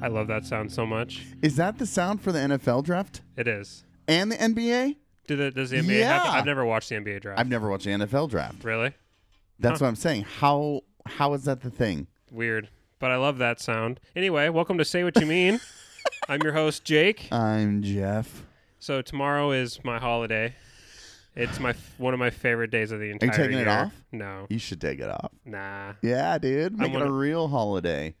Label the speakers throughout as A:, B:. A: I love that sound so much.
B: Is that the sound for the NFL draft
A: It is.
B: and the NBA?
A: Do the, does the NBA have?
B: Yeah.
A: I've never watched the NBA draft.
B: I've never watched the NFL draft.
A: really
B: That's what I'm saying. How how is that the thing?
A: weird, but I love that sound. Anyway, welcome to Say What You Mean. I'm your host Jake.
B: I'm Jeff.
A: So tomorrow is my holiday. It's my f- one of my favorite days of the entire
B: you taking it
A: year.
B: off?
A: No,
B: You should take it off.
A: nah.
B: Yeah, dude. Make it a
A: gonna-
B: real holiday.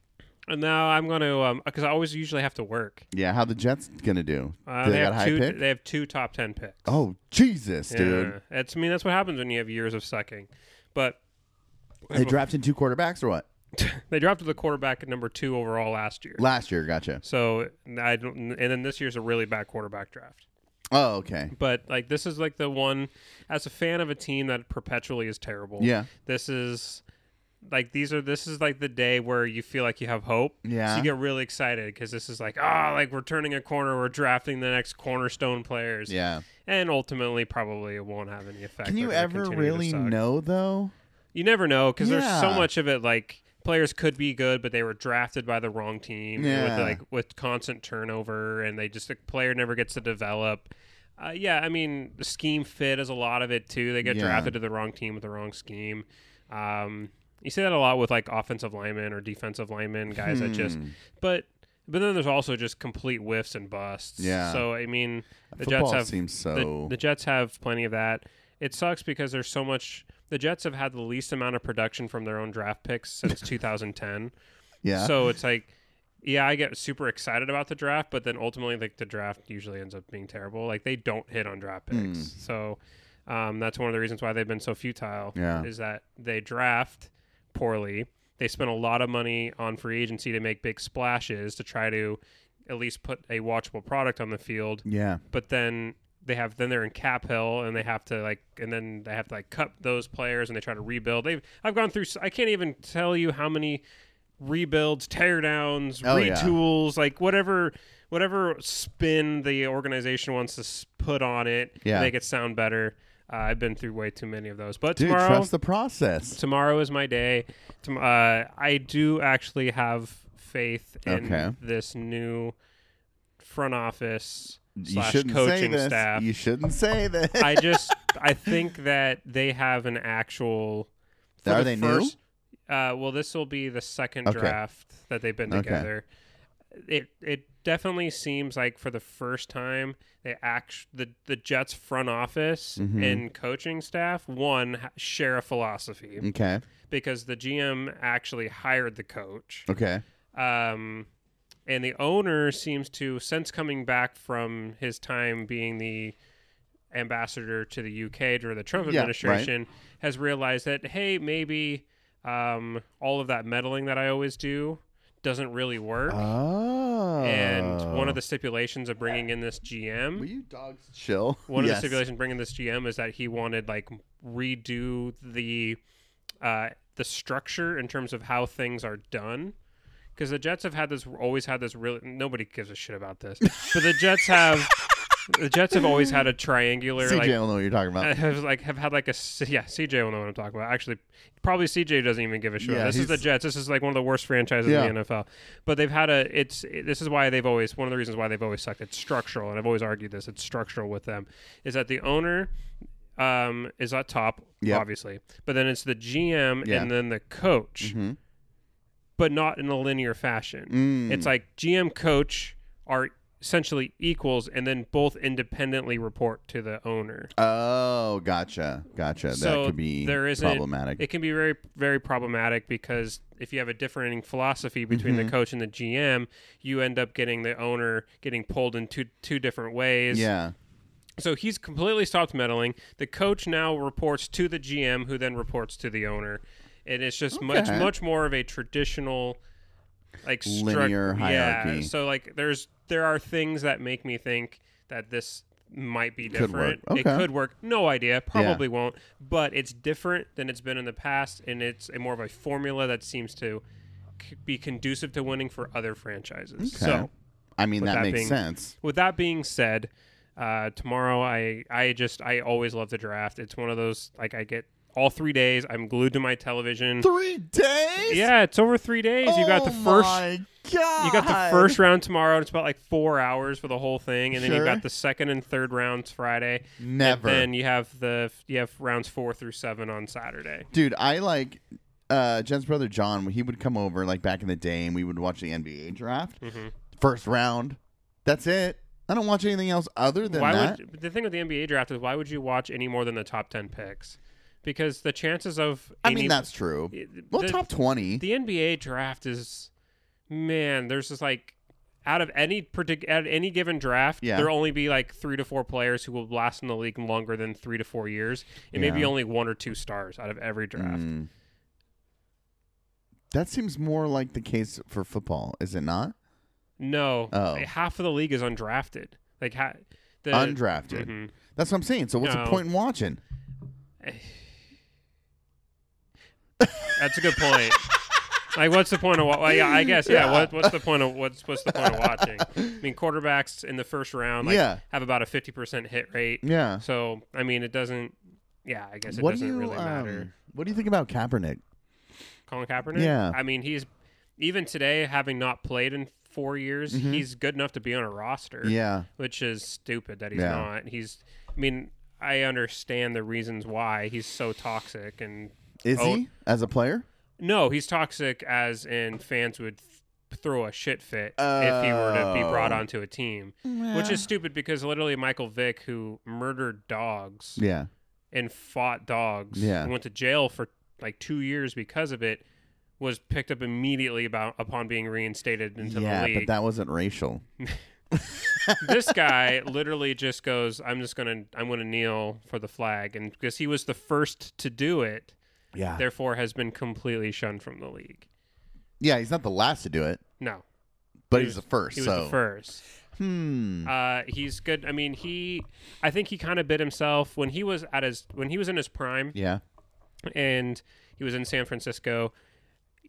A: No, I'm gonna um because I always usually have to work.
B: Yeah, how the Jets gonna do?
A: Uh,
B: do
A: they, have
B: got high
A: two.
B: pick?
A: They have two top ten picks.
B: oh Jesus, dude.
A: Yeah. It's I mean that's what happens when you have years of sucking. But
B: They drafted two quarterbacks or what?
A: they drafted the quarterback at number two overall last year.
B: Last year, gotcha.
A: So I don't, and then this year's a really bad quarterback draft.
B: Oh, okay.
A: But like this is like the one as a fan of a team that perpetually is terrible.
B: Yeah.
A: This is like these are this is like the day where you feel like you have hope.
B: Yeah.
A: So you get really excited because this is like ah like we're turning a corner. We're drafting the next cornerstone players.
B: Yeah.
A: And ultimately, probably it won't have any effect.
B: Can you
A: They're gonna
B: ever
A: continue to
B: really
A: suck.
B: know though?
A: You never know because there's so
B: Yeah.
A: much of it. Like players could be good, but they were drafted by the wrong team
B: Yeah.
A: with like with constant turnover, and they just the player never gets to develop. Uh, yeah, I mean, the scheme fit is a lot of it too. They get
B: Yeah.
A: drafted to the wrong team with the wrong scheme. Um, you see that a lot with like offensive linemen or defensive linemen, guys that
B: Hmm.
A: just. But but then there's also just complete whiffs and busts.
B: Yeah.
A: So I mean, the Jets
B: Football
A: have
B: seems
A: the-
B: so.
A: The, Jets have plenty of that. It sucks because there's so much. The Jets have had the least amount of production from their own draft picks since 2010.
B: yeah.
A: So it's like, yeah, I get super excited about the draft, but then ultimately, like the draft usually ends up being terrible. Like they don't hit on draft picks,
B: Mm.
A: so um, that's one of the reasons why they've been so futile.
B: Yeah.
A: Is that they draft poorly. They spend a lot of money on free agency to make big splashes to try to at least put a watchable product on the field
B: yeah.
A: but then they have then they're in cap hill and they have to like and then they have to like cut those players and they try to rebuild they've i've gone through s- i can't even tell you how many rebuilds teardowns
B: Oh, yeah.
A: retools like whatever whatever spin the organization wants to s- put on it
B: Yeah.
A: make it sound better uh, i've been through way too many of those but
B: Dude,
A: tomorrow
B: trust the process.
A: tomorrow is my day. Tom- uh, I do actually have faith in
B: Okay.
A: this new front office
B: You
A: slash
B: shouldn't say
A: coaching
B: this.
A: staff.
B: You shouldn't say this.
A: I just I think that they have an actual. for
B: Are
A: the
B: they new?
A: first, Uh, well, this will be the second
B: Okay.
A: draft that they've been
B: Okay.
A: together. It it definitely seems like for the first time they act the the Jets front office
B: Mhm.
A: and coaching staff one ha- share a philosophy
B: okay.
A: because the GM actually hired the coach.
B: Okay.
A: Um, and the owner seems to, since coming back from his time being the ambassador to the UK during the Trump
B: Yeah, right.
A: administration, has realized that, hey, maybe um, all of that meddling that I always do doesn't really work.
B: Oh.
A: And one of the stipulations of bringing in this GM
B: Will you dogs chill?
A: one of
B: yes.
A: the stipulations bringing this GM is that he wanted like redo the uh, the structure in terms of how things are done. Because the Jets have had this, always had this. Really, nobody gives a shit about this. But the Jets have, the Jets have always had a triangular,
B: CJ
A: like,
B: will know what you're talking about.
A: have like have had like a s- yeah. CJ will know what I'm talking about. Actually, probably CJ doesn't even give a shit.
B: Yeah,
A: this is the
B: he's-
A: Jets. This is like one of the worst franchises
B: Yeah.
A: in the NFL. But they've had a. It's this is why they've always one of the reasons why they've always sucked. It's structural, and I've always argued this. It's structural with them. Is that the owner um, is at top,
B: Yep.
A: obviously, but then it's the GM
B: Yeah.
A: and then the coach,
B: Mhm.
A: but not in a linear fashion.
B: Mm.
A: It's like GM coach are essentially equals, and then both independently report to the owner.
B: Oh, gotcha, gotcha.
A: So
B: that could be
A: there isn't-
B: problematic.
A: It can be very, very problematic because if you have a differing philosophy between
B: Mm-hmm.
A: the coach and the GM, you end up getting the owner getting pulled in two two different ways.
B: yeah,
A: So he's completely stopped meddling. The coach now reports to the GM, who then reports to the owner, and it's just much,
B: Okay.
A: much more of a traditional, like struc-
B: Linear
A: Yeah.
B: hierarchy.
A: So like, there's there are things that make me think that this might be
B: Could work.
A: different.
B: Okay.
A: It could work. No idea. Probably won't. But it's different than it's been in the past, and it's a more of a formula that seems to c- be conducive to winning for other franchises.
B: Okay.
A: So
B: I mean
A: with
B: that,
A: that
B: makes
A: being-
B: sense.
A: with that being said, uh, tomorrow I I just I always love the draft. It's one of those like I get all three days. I'm glued to my television.
B: Three days.
A: Yeah, it's over three days. you got the
B: Oh
A: first.
B: My God.
A: You got the first round tomorrow. and It's about like four hours for the whole thing, and then you
B: Sure.
A: got the second and third rounds Friday.
B: Never.
A: Then you have the you have rounds four through seven on Saturday.
B: Dude, I like uh Jen's brother John, he would come over like back in the day and we would watch the NBA draft.
A: Mm-hmm.
B: First round. That's it. I don't watch anything else other than
A: Why
B: that.
A: would the thing with the NBA draft is why would you watch any more than the top ten picks? Because the chances of
B: I
A: any-
B: mean, that's true.
A: it-
B: Well,
A: the-
B: top 20.
A: the NBA draft is man. There's just like out of any partic- at any given draft,
B: Yeah.
A: there'll only be like three to four players who will last in the league longer than three to four years, and maybe
B: Yeah.
A: only one or two stars out of every draft.
B: Mm. That seems more like the case for football, is it not?
A: No,
B: Oh.
A: Like, half of the league is undrafted. Like ha- the
B: Undrafted.
A: Mhm.
B: That's what I'm saying. So what's
A: No.
B: the point in watching?
A: That's a good point. like, what's the point of? Wa- well, yeah, I guess. Yeah.
B: Yeah.
A: What, what's the point of? What's what's the point of watching? I mean, quarterbacks in the first round, like,
B: Yeah.
A: have about a fifty percent hit rate.
B: Yeah.
A: So I mean, it doesn't. Yeah, I guess it
B: what do
A: doesn't
B: you
A: really matter.
B: um, What do you think about Kaepernick?
A: Colin Kaepernick.
B: yeah.
A: I mean, he's even today, having not played in four years, he's good enough to be on a roster.
B: Mm-hmm. Yeah.
A: Which is stupid that he's
B: Yeah.
A: not. He's. I mean, I understand the reasons why he's so toxic and
B: Is
A: Oh.
B: he as a player?
A: No, he's toxic as in fans would th- throw a shit fit if he were to be brought
B: Oh.
A: onto a team. Which is stupid because literally Michael Vick, who murdered dogs
B: Yeah.
A: and fought dogs
B: Yeah.
A: and went to jail for like two years because of it, was picked up immediately about upon being reinstated into
B: yeah,
A: the
B: but
A: league.
B: that wasn't racial.
A: this guy literally just goes, "I'm just gonna, I'm gonna kneel for the flag," and because he was the first to do it,
B: Yeah.
A: therefore has been completely shunned from the league.
B: Yeah, he's not the last to do it,
A: No,
B: but
A: He
B: he's
A: was-
B: the first.
A: He was
B: so.
A: the first.
B: Hmm.
A: Uh, he's good. I mean, he. I think he kind of bit himself when he was at his when he was in his prime
B: Yeah.
A: and he was in San Francisco.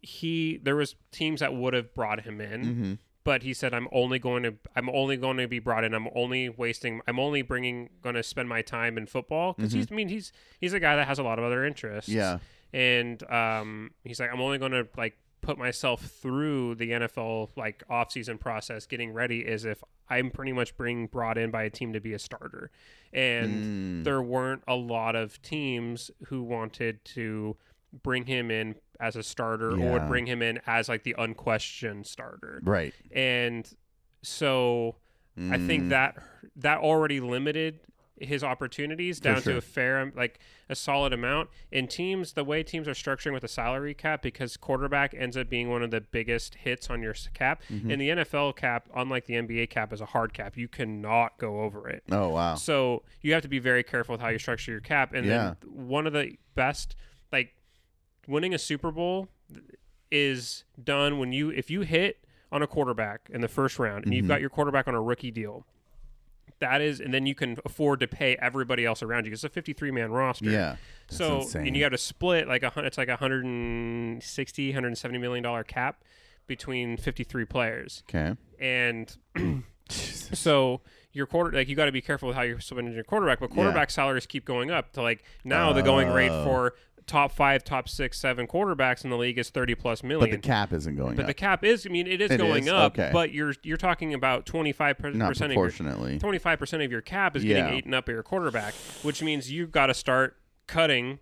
A: He there was teams that would have brought him in,
B: Mm-hmm.
A: but he said, "I'm only going to I'm only going to be brought in. I'm only wasting. I'm only bringing going to spend my time in football because he's. I mean, he's he's a guy that has a lot of other interests.
B: Yeah.
A: and um, he's like, I'm only going to like put myself through the NFL like offseason process getting ready is if I'm pretty much being brought in by a team to be a starter.
B: Hmm. Mm-hmm.
A: And there weren't a lot of teams who wanted to bring him in as a starter or would
B: Yeah.
A: bring him in as like the unquestioned starter.
B: Right.
A: And so I think
B: Mm.
A: that that already limited his opportunities down to
B: sure.
A: a fair, like a solid amount. In teams, the way teams are structuring with the salary cap, because quarterback ends up being one of the biggest hits on your s- cap.
B: Mm-hmm.
A: And the NFL cap, unlike the NBA cap, is a hard cap. You cannot go over it.
B: Oh wow.
A: So you have to be very careful with how you structure your cap. And then one of the best, like winning a Super Bowl is done when you, if you hit on a quarterback in the first round and you've
B: Mm-hmm.
A: got your quarterback on a rookie deal, that is, and then you can afford to pay everybody else around you. It's a 53 man roster.
B: Yeah. That's
A: So,
B: insane.
A: and you have to split like a hundred, it's like a 160, 170 million dollar cap between 53 players.
B: okay.
A: And so your quarter, like you got to be careful with how you're spending your quarterback. But quarterback salaries keep going up to like now the going rate
B: Oh.
A: for top five, top six, seven quarterbacks in the league is thirty plus
B: But the
A: million.
B: cap isn't going
A: But
B: up.
A: the cap is, I mean, it is
B: It
A: going
B: is,
A: up.
B: okay.
A: But you're you're talking about twenty five
B: Not
A: percent of your
B: proportionately.
A: twenty five percent of your cap is
B: Yeah.
A: getting eaten up by your quarterback, which means you've got to start cutting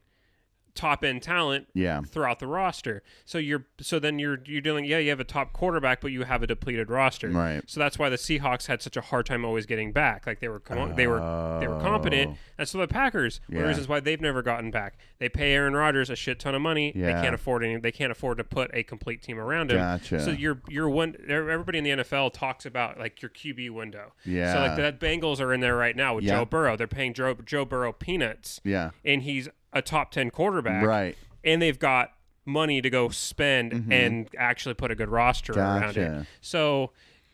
A: top end talent
B: yeah.
A: throughout the roster. So you're so then you're you're dealing yeah, you have a top quarterback but you have a depleted roster.
B: Right.
A: So that's why the Seahawks had such a hard time always getting back. Like they were com- they were they were competent. And so the Packers, one of the
B: Oh. Yeah.
A: reasons why they've never gotten back. They pay Aaron Rodgers a shit ton of money. They
B: Yeah.
A: can't afford any they can't afford to put a complete team around him.
B: Gotcha.
A: So you're you're one everybody in the NFL talks about like your QB window. So like
B: Yeah.
A: the Bengals are in there right now with
B: Yeah.
A: Joe Burrow. They're paying Joe Joe Burrow peanuts
B: Yeah.
A: and he's a top 10 quarterback
B: Right.
A: and they've got money to go spend and actually put a good roster around it.
B: Mm-hmm. Gotcha.
A: So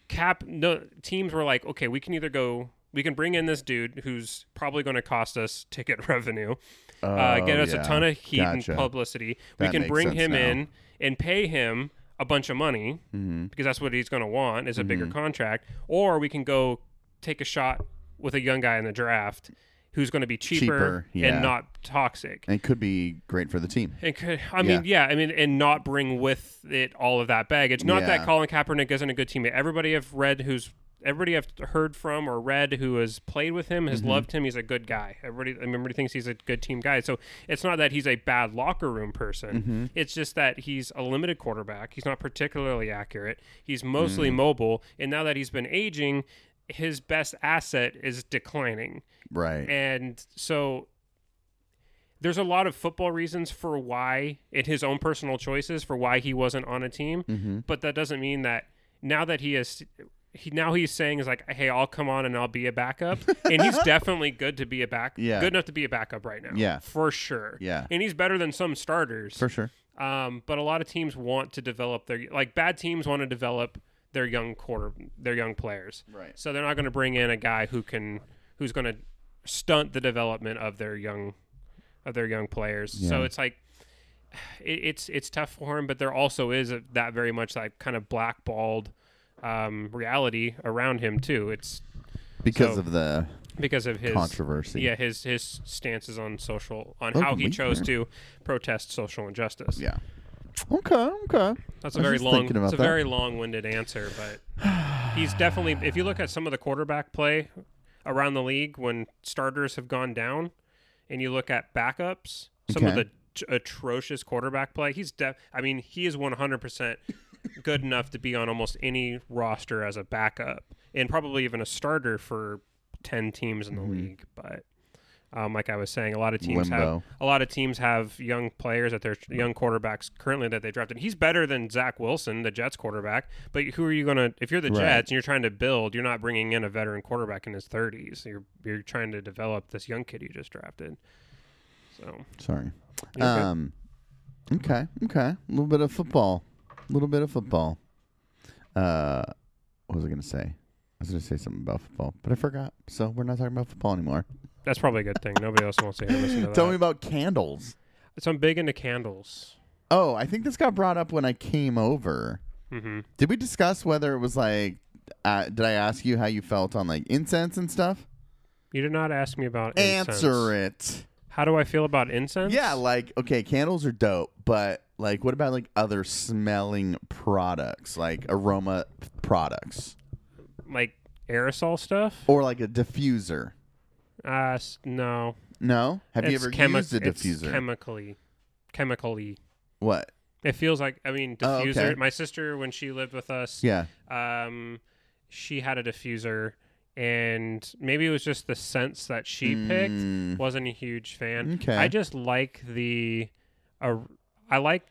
A: cap no teams were like, okay, we can either go we can bring in this dude who's probably going to cost us ticket revenue, uh,
B: Oh,
A: get us
B: yeah.
A: a ton of heat
B: Gotcha.
A: and publicity.
B: That
A: we can
B: makes
A: bring
B: sense
A: him
B: now.
A: in and pay him a bunch of money
B: Mm-hmm.
A: because that's what he's going to want is a bigger contract, or we can go take a shot with a young guy in the draft who's going to be cheaper,
B: Cheaper, yeah.
A: and not toxic.
B: and could be great for the team.
A: And could, I mean, yeah. I mean, and not bring with it all of that baggage. Not
B: Yeah.
A: that Colin Kaepernick isn't a good teammate. Everybody I've read who's everybody I've heard from or read who has played with him has loved him. He's a good guy. Everybody, I mean, everybody thinks he's a good team guy. So it's not that he's a bad locker room person. It's just that he's a limited quarterback. He's not particularly accurate. He's mostly mobile, and now that he's been aging, his best asset is declining.
B: Right.
A: And so there's a lot of football reasons for why, in his own personal choices, for why he wasn't on a team.
B: Mm-hmm.
A: But that doesn't mean that now that he is. He, now he's saying is like, hey, I'll come on and I'll be a backup, and he's definitely good to be a back,
B: Yeah.
A: good enough to be a backup right now,
B: Yeah.
A: for sure,
B: Yeah.
A: and he's better than some starters,
B: for sure.
A: um, but a lot of teams want to develop their like bad teams want to develop their young quarter their young players.
B: Right.
A: So they're not going to bring in a guy who can who's going to stunt the development of their young of their young players. So
B: Yeah.
A: it's like it, it's it's tough for him, but there also is a, that very much like kind of blackballed um, reality around him too. It's
B: Because
A: So-
B: of the
A: because of his
B: controversy.
A: yeah his his stances on social on
B: Oh,
A: how he
B: we-
A: chose to protest social injustice.
B: Yeah. Okay. Okay.
A: That's a
B: I was
A: very
B: just
A: long.
B: thinking about
A: It's a
B: that.
A: very long-winded answer, but he's definitely. If you look at some of the quarterback play around the league when starters have gone down, and you look at backups, some of
B: Okay.
A: the t- atrocious quarterback play. He's def. I mean, he is 100 percent good enough to be on almost any roster as a backup, and probably even a starter for 10 teams
B: Mm-hmm.
A: in the league. But um, like I was saying, a lot of teams have
B: Limbo.
A: a lot of teams have young players that they're young quarterbacks currently that they drafted. He's better than Zach Wilson, the Jets quarterback. But who are you going to? If you're the
B: Right.
A: Jets and you're trying to build, you're not bringing in a veteran quarterback in his 30s. You're you're trying to develop this young kid you just drafted. So
B: Sorry.
A: You're good.
B: Um. Okay. Okay. A little bit of football. A little bit of football. Uh, what was I gonna say? I was gonna say something about football, but I forgot. So we're not talking about football anymore.
A: that's probably a good thing. Nobody else wants to hear listen to that.
B: Tell me about candles.
A: so I'm big into candles.
B: Oh, I think this got brought up when I came over.
A: hmm
B: Did we discuss whether it was like? Uh, did I ask you how you felt on like incense and stuff?
A: You did not ask me about
B: Answer
A: incense.
B: it.
A: How do I feel about incense?
B: Yeah, like okay, candles are dope, but like what about like other smelling products, like aroma products
A: like aerosol stuff.
B: or like a diffuser?
A: Uh, s- no.
B: No? Have you
A: It's
B: ever
A: chemi-
B: used a
A: it's
B: diffuser?
A: chemically, chemically.
B: what?
A: It feels like I mean
B: Oh,
A: diffuser.
B: okay.
A: My sister when she lived with us,
B: Yeah.
A: um, she had a diffuser, and maybe it was just the scents that she
B: Mm.
A: picked. Wasn't a huge fan.
B: Okay.
A: I just like the, uh, I like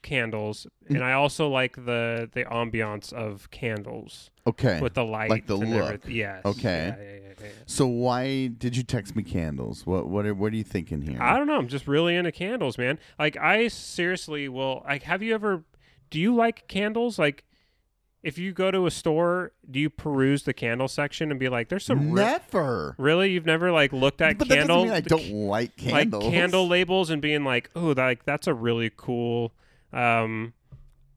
A: candles,
B: Mm.
A: and I also like the the ambiance of candles
B: Okay.
A: with the light,
B: Like the
A: and
B: look.
A: everyth- Yes.
B: Okay.
A: Yeah, yeah, yeah, yeah, yeah.
B: so why did you text me candles? What what are, what are you thinking here?
A: I don't know. I'm just really into candles, man. Like I seriously will. Like, have you ever? Do you like candles? Like, if you go to a store, do you peruse the candle section and be like, "There's some re-
B: Never.
A: really you've never like looked at
B: But
A: candle
B: that doesn't mean I don't like
A: like
B: candles.
A: candle labels and being like, "Oh, like that's a really cool." um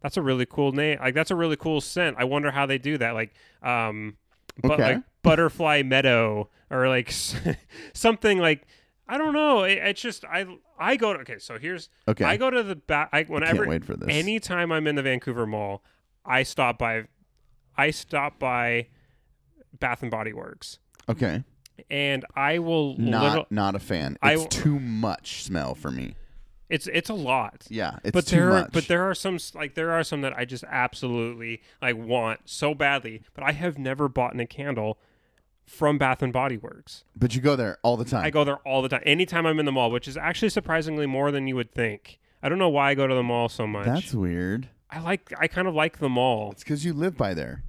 A: that's a really cool name. Like that's a really cool scent. I wonder how they do that. Like, um, but
B: Okay.
A: like butterfly meadow or like s- something like I don't know. It, it's just I I go to okay. So here's
B: Okay.
A: I go to the back. I,
B: Can't
A: whenever
B: wait for this.
A: anytime I'm in the Vancouver Mall, I stop by I stop by Bath and Body Works,
B: okay.
A: and I will
B: Not
A: little-
B: not a fan.
A: I
B: It's
A: w-
B: too much smell for me.
A: it's it's a lot.
B: Yeah, it's
A: but
B: too
A: there are
B: much.
A: but there are some s- like there are some that I just absolutely like want so badly, but I have never bought a candle from Bath and Body Works.
B: But you go there all the time.
A: I go there all the time. Anytime I'm in the mall, which is actually surprisingly more than you would think. I don't know why I go to the mall so much.
B: That's weird.
A: I like I kind of like the mall.
B: It's because you live by there.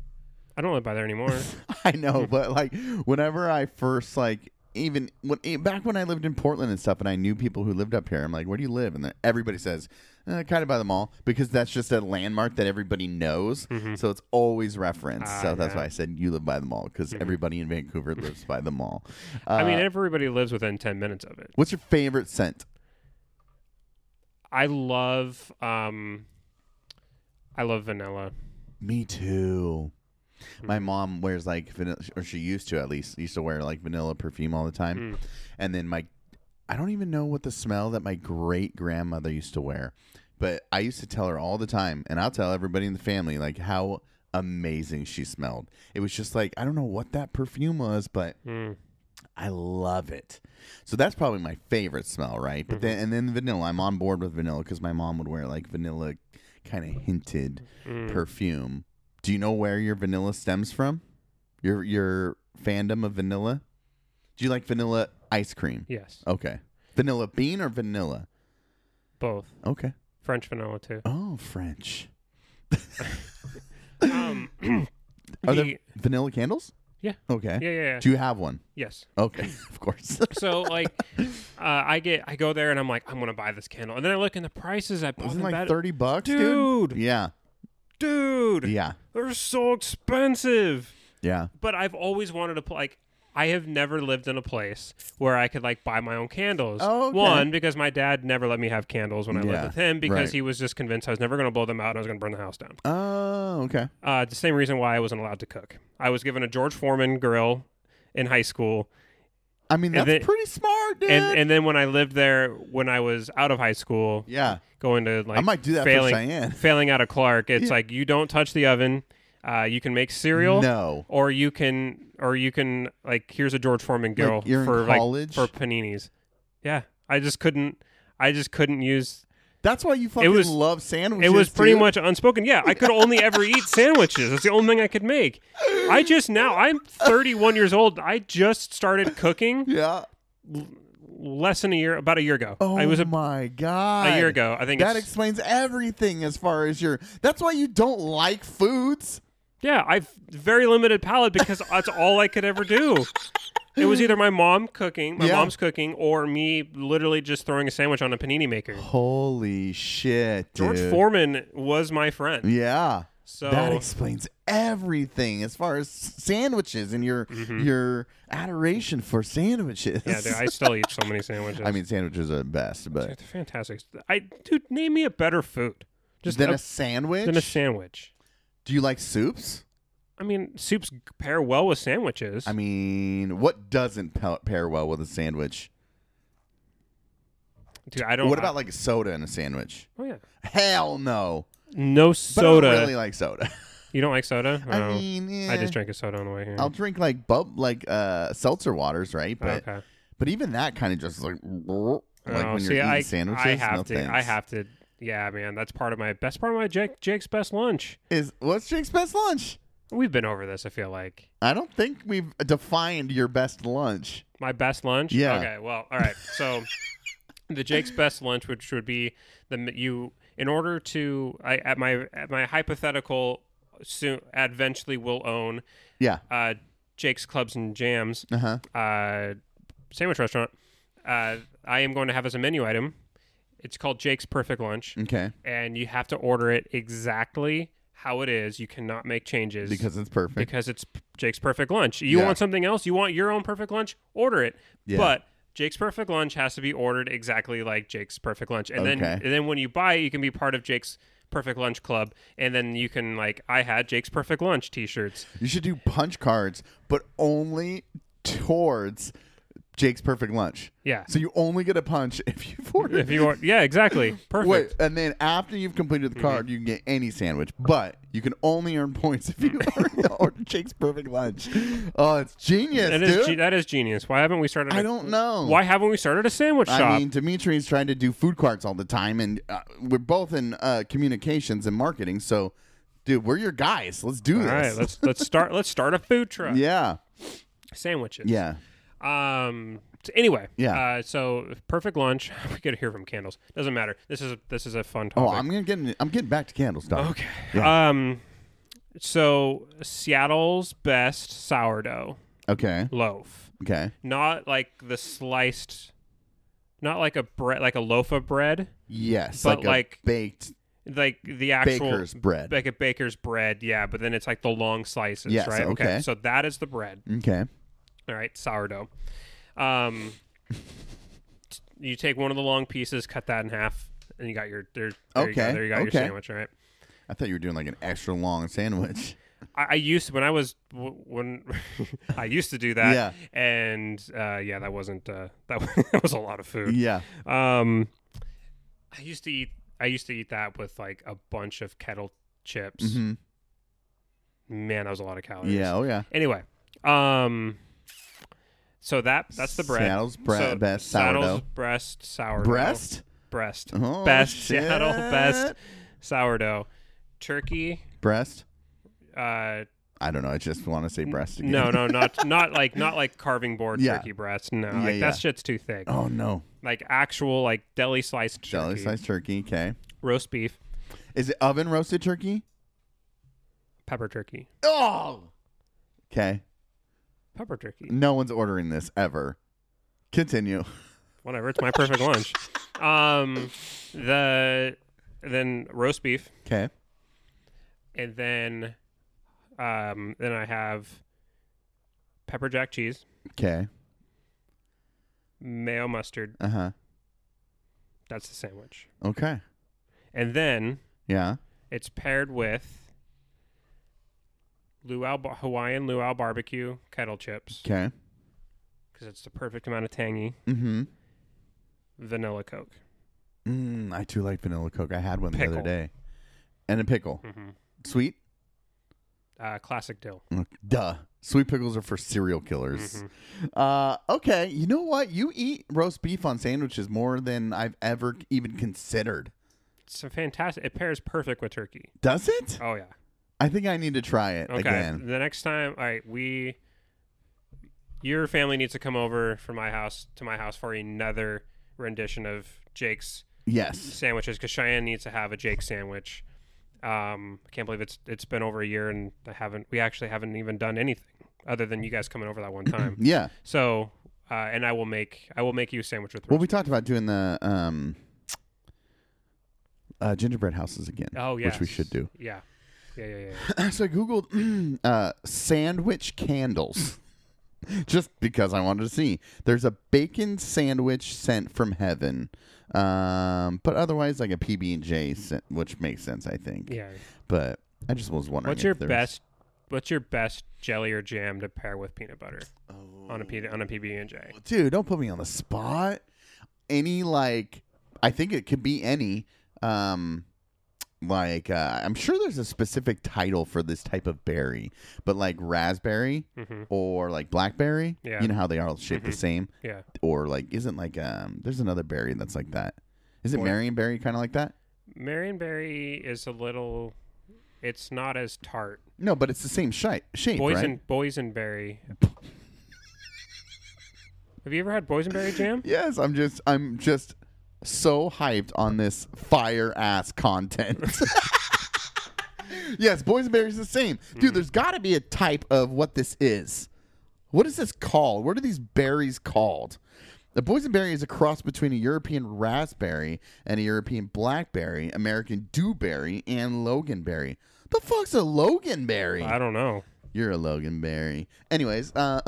A: I don't live by there anymore.
B: I know, but like whenever I first like even when eh, back when I lived in Portland and stuff, and I knew people who lived up here. I'm like, where do you live? And then everybody says, eh, kind of by the mall, because that's just a landmark that everybody knows. So it's always referenced.
A: Ah,
B: so that's
A: yeah.
B: why I said you live by the mall, because everybody in Vancouver lives by the mall. Uh,
A: I mean, everybody lives within ten minutes of it.
B: what's your favorite scent?
A: I love um, I love vanilla.
B: Me too. My mom wears like vanilla, or she used to at least used to wear like vanilla perfume all the time, and then my I don't even know what the smell that my great grandmother used to wear, but I used to tell her all the time, and I'll tell everybody in the family like how amazing she smelled. It was just like I don't know what that perfume was, but
A: Mm,
B: I love it. So that's probably my favorite smell, right? But then and then vanilla. I'm on board with vanilla because my mom would wear like vanilla, kind of hinted
A: Hmm. mm.
B: perfume. Do you know where your vanilla stems from? Your your fandom of vanilla. Do you like vanilla ice cream?
A: Yes,
B: Okay. Vanilla bean or vanilla?
A: both
B: Okay.
A: French vanilla too.
B: Oh, French.
A: Um, the-
B: Are there vanilla candles?
A: Yeah.
B: Okay.
A: yeah, yeah, yeah.
B: Do you have one?
A: yes.
B: Okay, of course.
A: So like, uh, I get I go there and I'm like I'm gonna buy this candle, and then I look and the prices I bought
B: Wasn't
A: them
B: it like
A: at-
B: thirty bucks, dude?
A: dude,
B: Yeah.
A: dude,
B: Yeah.
A: they're so expensive.
B: Yeah.
A: But I've always wanted to pl- like. I have never lived in a place where I could like buy my own candles.
B: Oh, okay.
A: One because my dad never let me have candles when I
B: Yeah,
A: lived with him because
B: right.
A: he was just convinced I was never going to blow them out and I was going to burn the house down.
B: Oh, okay.
A: Uh, the same reason why I wasn't allowed to cook. I was given a George Foreman grill in high school,
B: I mean, that's
A: And then-
B: pretty smart, dude.
A: and and then when I lived there, when I was out of high school,
B: yeah.
A: going to like
B: I might do that
A: failing
B: for Cheyenne.
A: failing out of Clark, it's like you don't touch the oven. Uh, you can make cereal,
B: No.
A: or you can or you can like here's a George Foreman grill
B: you're in
A: for like
B: college?
A: for paninis. Yeah, I just couldn't. I just couldn't use.
B: That's why you fucking
A: was-
B: love sandwiches.
A: It was pretty
B: dude.
A: much unspoken. Yeah, I could only ever eat sandwiches. That's the only thing I could make. I just now I'm 31 years old. I just started cooking
B: Yeah.
A: less than a year, about a year ago.
B: Oh
A: I was a,
B: my god.
A: a year ago. I think
B: That
A: it's,
B: explains everything as far as your. That's why you don't like foods.
A: Yeah, I've very limited palate because that's all I could ever do. It was either my mom cooking, my
B: Yeah.
A: mom's cooking, or me literally just throwing a sandwich on a panini maker.
B: Holy shit, dude.
A: George Foreman was my friend.
B: Yeah.
A: So
B: that explains everything as far as sandwiches and your your adoration for sandwiches.
A: yeah, dude, I still eat so many sandwiches.
B: I mean, sandwiches are the best,
A: They're
B: but
A: fantastic. I dude, name me a better food. Just
B: then
A: a,
B: a sandwich.
A: than a sandwich.
B: Do you like soups?
A: I mean, soups pair well with sandwiches.
B: I mean, what doesn't pa- pair well with a sandwich?
A: dude, I don't.
B: What about like a soda in a sandwich?
A: Oh yeah,
B: Hell no.
A: no
B: But I don't
A: soda.
B: really like soda.
A: You don't like soda?
B: I
A: Oh.
B: mean,
A: I just
B: eh.
A: drank a soda on the way here. Oh,
B: I'll drink like bub like uh seltzer waters, right? But
A: okay.
B: but even that kind of just like like
A: Oh,
B: when
A: see,
B: you're eating
A: I,
B: sandwiches.
A: I have
B: no
A: to. I
B: thanks.
A: have to. Yeah, man, that's part of my best part of my Jake, Jake's best lunch.
B: Is what's Jake's best lunch?
A: We've been over this. I feel like
B: I don't think we've defined your best lunch.
A: my best lunch.
B: Yeah.
A: Okay. Well, all right. So the Jake's best lunch, which would be the m- you in order to I at my at my hypothetical soon eventually will own
B: Yeah.
A: uh, Jake's Clubs and Jams
B: Uh huh.
A: uh, sandwich restaurant. Uh, I am going to have as a menu item. It's called Jake's Perfect Lunch.
B: Okay.
A: and you have to order it exactly how it is. You cannot make changes
B: Because it's perfect.
A: because it's p- Jake's perfect lunch. You
B: Yeah.
A: want something else? You want your own perfect lunch? Order it.
B: Yeah.
A: But Jake's perfect lunch has to be ordered exactly like Jake's perfect lunch, and then
B: Okay.
A: and then when you buy, it, you can be part of Jake's perfect lunch club, and then you can like I had Jake's perfect lunch T-shirts.
B: You should do punch cards, but only towards Jake's perfect lunch.
A: Yeah.
B: So you only get a punch if you've ordered.
A: If you want, yeah, exactly, perfect. Mm-hmm.
B: Wait, and then after you've completed the card, you can get any sandwich, but you can only earn points if you order, order Jake's perfect lunch. Oh, it's genius,
A: That
B: dude!
A: is, ge- that is genius. Why haven't we started?
B: I
A: a-
B: don't know
A: Why haven't we started a sandwich shop?
B: I mean, Dimitri's trying to do food carts all the time, and uh, we're both in uh, communications and marketing. So, dude, we're your guys. Let's do
A: All
B: this.
A: right, let's let's start let's start a food truck.
B: yeah,
A: Sandwiches.
B: yeah.
A: Um. so anyway.
B: Yeah.
A: Uh, so perfect lunch. We could hear from candles. Doesn't matter. This is a, this is a fun
B: Oh,
A: topic.
B: I'm gonna get. I'm getting back to candle stuff.
A: okay. Um. So Seattle's best sourdough
B: Okay.
A: loaf,
B: Okay.
A: not like the sliced, not like a bread, like a loaf of bread,
B: Yes.
A: But
B: like, a
A: like-
B: baked
A: like the actual
B: baker's bread.
A: like a baker's bread. Yeah, but then it's like the long slices,
B: Yes,
A: right?
B: okay.
A: So that is the bread.
B: okay.
A: All right, sourdough. Um, t- you take one of the long pieces, cut that in half, and you got your there. there You go,
B: Okay,
A: there you got your
B: okay.
A: sandwich. All right.
B: I thought you were doing like an extra long sandwich.
A: I, I used to, when I was when I used to do that.
B: Yeah.
A: And uh, yeah, that wasn't uh, that, was, that was a lot of food.
B: Yeah.
A: Um, I used to eat. I used to eat that with like a bunch of kettle chips.
B: Mhm.
A: Man, that was a lot of calories.
B: Yeah. Oh yeah.
A: Anyway, um, so that that's the bread.
B: Saddles, bre-
A: So,
B: best
A: saddles,
B: sourdough.
A: breast, sourdough,
B: Breast.
A: breast,
B: Oh,
A: best
B: shit.
A: saddle, best sourdough, turkey.
B: Breast.
A: Uh,
B: I don't know. I just want to say breast again.
A: no, no, not not like not like carving board
B: Yeah.
A: turkey breast. No,
B: Yeah,
A: like
B: yeah.
A: that shit's too thick.
B: Oh no.
A: Like actual like deli sliced turkey,
B: Jelly sliced turkey. Okay.
A: roast beef,
B: Is it oven roasted turkey?
A: pepper turkey,
B: Oh. Okay.
A: pepper turkey.
B: No one's ordering this ever. Continue.
A: Whatever, it's my perfect lunch. Um, the then roast beef.
B: Okay.
A: and then um then I have pepper jack cheese,
B: Okay.
A: mayo mustard.
B: Uh huh.
A: That's the sandwich.
B: Okay.
A: And then
B: Yeah.
A: it's paired with luau ba- Hawaiian luau barbecue kettle chips
B: Okay.
A: because it's the perfect amount of tangy
B: Mm-hmm.
A: vanilla coke.
B: Mm, I too like vanilla coke. I had one the
A: Pickle.
B: other day. And a pickle.
A: hmm
B: Sweet?
A: Uh, classic dill.
B: Mm, Duh. Sweet pickles are for serial killers.
A: Mhm.
B: Uh, okay. You know what? You eat roast beef on sandwiches more than I've ever even considered.
A: It's a fantastic. It pairs perfect with turkey.
B: Does it?
A: Oh yeah.
B: I think I need to try it
A: Okay.
B: again.
A: The next time, all right, we your family needs to come over from my house to my house for another rendition of Jake's
B: Yes.
A: sandwiches because Cheyenne needs to have a Jake sandwich. Um, I can't believe it's it's been over a year and I haven't. We actually haven't even done anything other than you guys coming over that one time.
B: Yeah.
A: so, uh, and I will make I will make you a sandwich with.
B: Well,
A: roast
B: we talked about doing the um, uh, gingerbread houses again.
A: Oh yeah,
B: Which we should do.
A: Yeah, yeah, yeah, yeah.
B: so I googled uh, sandwich candles, just because I wanted to see. There's a bacon sandwich sent from heaven, um, but otherwise like a PB and J, which makes sense, I think.
A: yeah. yeah.
B: But I just was wondering.
A: What's
B: if
A: your
B: there was-
A: best? What's your best jelly or jam to pair with peanut butter
B: Oh,
A: on a P- on a PB and J?
B: dude, don't put me on the spot. Any like, I think it could be any. Um, like uh, I'm sure there's a specific title for this type of berry, but like raspberry.
A: Mm-hmm.
B: or like blackberry.
A: Yeah. Mm-hmm.
B: You know how they are all shaped the same,
A: Yeah.
B: or like isn't like um. There's another berry that's like that. Is it
A: Or-
B: Marionberry kind of like that?
A: Marionberry is a little. It's not as tart.
B: No, but it's the same shape, shape
A: Boysen
B: right?
A: boysenberry. Have you ever had boysenberry jam?
B: Yes, I'm just I'm just so hyped on this fire ass content. yes, boysenberry is the same, dude. There's got to be a type of what this is. What is this called? What are these berries called? The boysenberry is a cross between a European raspberry and a European blackberry, American dewberry, and loganberry. The fuck's a loganberry?
A: I don't know.
B: You're a Logan Berry. Anyways, uh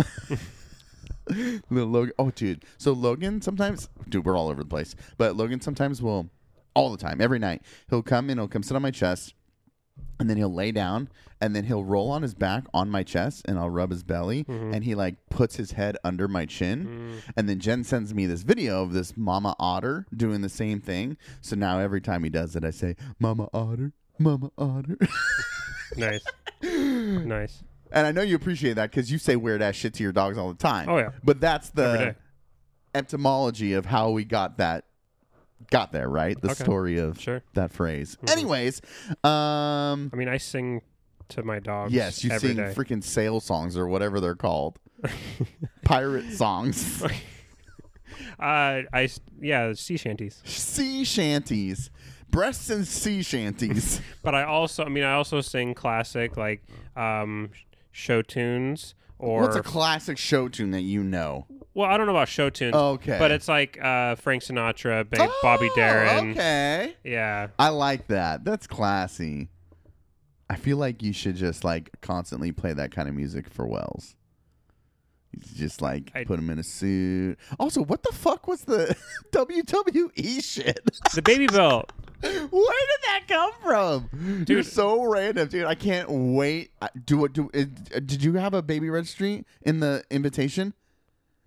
B: little Logan oh dude. So Logan sometimes dude, we're all over the place. But Logan sometimes will all the time, every night, he'll come and he'll come sit on my chest and then he'll lay down and then he'll roll on his back on my chest and I'll rub his belly and he like puts his head under my chin. And then Jen sends me this video of this mama otter doing the same thing. So now every time he does it I say, Mama Otter, Mama Otter.
A: Nice, nice.
B: And I know you appreciate that because you say weird ass shit to your dogs all the time.
A: Oh, yeah.
B: But that's
A: Every
B: the
A: day.
B: etymology of how we got that got there, right? The
A: Okay.
B: story of
A: Sure. Mm-hmm.
B: that phrase. Anyways, um
A: I mean, I sing to my dogs.
B: yes, you
A: every
B: sing
A: day.
B: freaking sail songs or whatever they're called. Pirate songs.
A: uh, I s- yeah, sea shanties.
B: sea shanties. Breasts and sea shanties.
A: But I also, I mean, I also sing classic like um, show tunes or
B: What's a classic show tune that you know?
A: well, I don't know about show tunes.
B: Okay.
A: But it's like uh, Frank Sinatra, ba- Bobby
B: Oh,
A: Darin.
B: Okay.
A: Yeah.
B: I like that. That's classy. I feel like you should just like constantly play that kind of music for Wells. It's Just like
A: I-
B: put him in a suit. Also, what the fuck was the WWE E shit?
A: The baby belt.
B: Where did that come from? You're
A: Dude.
B: so random, dude. I can't wait. I- Do what? Do uh, did you have a baby registry in the invitation?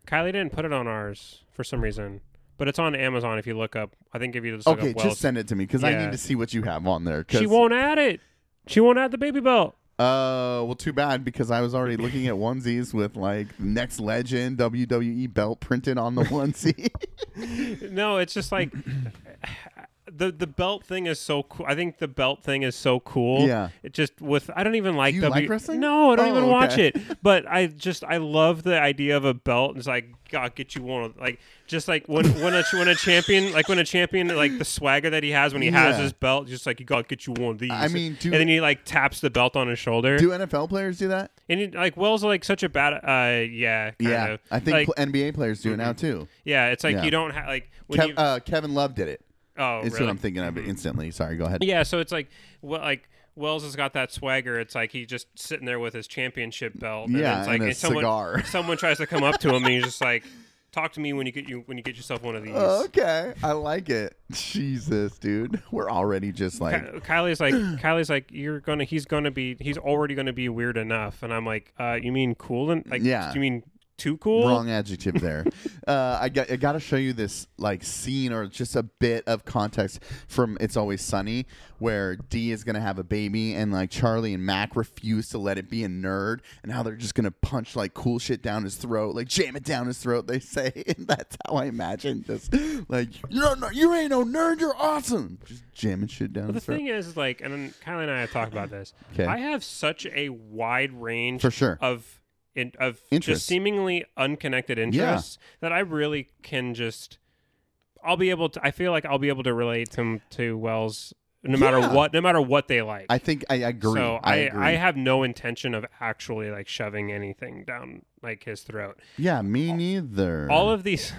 A: Kylie didn't put it on ours for some reason, but it's on Amazon. If you look up, I think if you just look
B: okay,
A: up Wells,
B: just send it to me because I
A: Yeah.
B: need to see what you have on there. 'cause-
A: she won't add it. She won't add the baby belt.
B: Uh, well, too bad because I was already looking at onesies with like next legend WWE belt printed on the onesie.
A: No, it's just like the the belt thing is so cool. I think the belt thing is so cool.
B: Yeah.
A: It just with I don't even like
B: You
A: W-
B: like wrestling?
A: No, I don't
B: Oh,
A: even watch
B: okay.
A: it. But I just I love the idea of a belt. It's like God, get you one. of- Like just like when when a when a champion like when a champion like the swagger that he has when he has
B: Yeah.
A: his belt, just like you got get you one of these.
B: I mean, do-
A: and then he like taps the belt on his shoulder.
B: Do NFL players do that?
A: and he, like Wells like such a bad uh yeah kind
B: yeah,
A: of.
B: I think
A: like,
B: pl- NBA players do it now too.
A: yeah it's like
B: Yeah.
A: you don't have like when
B: Kev-
A: you
B: uh, Kevin Love did it.
A: oh
B: It's
A: really?
B: what I'm thinking of instantly. Sorry, go ahead.
A: Yeah, so it's like well, like Wells has got that swagger. It's like he's just sitting there with his championship belt. and
B: Yeah,
A: it's like
B: and a
A: someone,
B: cigar.
A: Someone tries to come up to him, and he's just like, "Talk to me when you get you when you get yourself one of these."
B: Okay, I like it. Jesus, dude, we're already just
A: Ki-
B: like
A: Kylie's like, Kylie's like, you're gonna, he's gonna be, he's already gonna be weird enough, and I'm like, uh, you mean cool and like,
B: Yeah.
A: do you mean too cool?
B: Wrong adjective there. uh, I got I got to show you this like scene or just a bit of context from It's Always Sunny, where Dee is gonna have a baby and like Charlie and Mac refuse to let it be a nerd, and how they're just gonna punch like cool shit down his throat, like jam it down his throat. They say, and that's how I imagine just like you don't know, you ain't no nerd, you're awesome, just jamming shit down
A: The
B: his throat.
A: thing is, like, and then Kylie and I have talked about this.
B: 'Kay.
A: I have such a wide range
B: For sure.
A: of in, of
B: Interests.
A: just seemingly unconnected interests that I really can just. I'll be able to. I feel like I'll be able to relate to to Wells no matter
B: Yeah.
A: what, no matter what they like.
B: I think I agree.
A: So
B: I,
A: I,
B: agree.
A: I have no intention of actually like shoving anything down like his throat.
B: yeah, me neither.
A: All of these,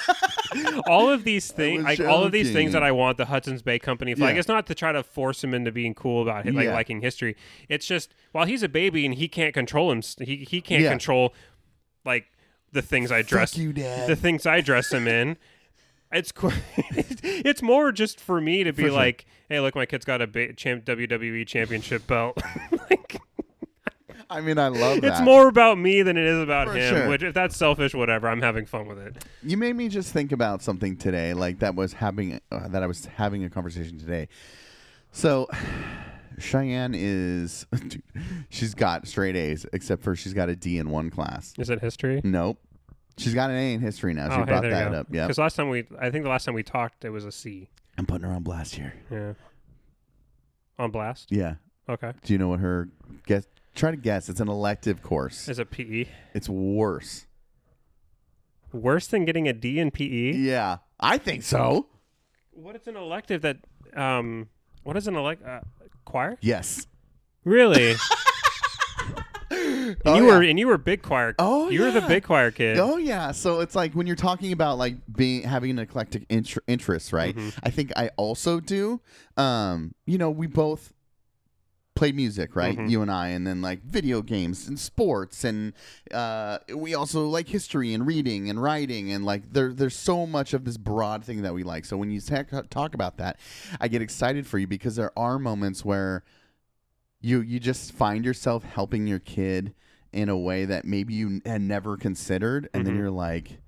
A: all of these things,
B: was
A: like all of these things
B: joking.
A: that I want the Hudson's Bay Company flag.
B: Yeah.
A: It's not to try to force him into being cool about hi- like
B: Yeah.
A: liking history. It's just while he's a baby and he can't control him, he he can't
B: Yeah.
A: control like the things I dress
B: you, Dad.
A: the things I dress him in. It's qu- it's more just for me to be
B: sure.
A: like, hey, look, my kid's got a ba- champ- WWE championship belt. like,
B: I mean, I love that.
A: it's more about me than it is about
B: For
A: him.
B: sure.
A: Which, if that's selfish, whatever. I'm having fun with it.
B: You made me just think about something today, like that was having uh, that I was having a conversation today. So, Cheyenne is, dude, she's got straight A's, except for she's got a D in one class.
A: Is it history?
B: Nope, she's got an A in history now. She
A: oh, hey,
B: brought
A: there
B: that
A: you go.
B: up. Yeah,
A: Because last time we, I think the last time we talked, it was a C.
B: I'm putting her on blast here.
A: Yeah. On blast.
B: Yeah.
A: Okay.
B: Do you know what her guess? Try to guess. It's an elective course.
A: Is it PE?
B: It's worse.
A: Worse than getting a D in PE?
B: Yeah, I think so.
A: What is an elective that? Um. What is an elect? Uh, choir?
B: Yes.
A: Really?
B: Oh,
A: you
B: yeah.
A: were and you were big choir.
B: Oh,
A: you were the
B: yeah.
A: big choir kid.
B: Oh yeah, so it's like when you're talking about like being having an eclectic inter- interest, right? I think I also do. Um, you know, we both play music, right?
A: Mhm.
B: You and I, and then like video games and sports, and uh, we also like history and reading and writing, and like there there's so much of this broad thing that we like. So when you ta- talk about that, I get excited for you because there are moments where you you just find yourself helping your kid in a way that maybe you had never considered and
A: Mm-hmm.
B: then you're like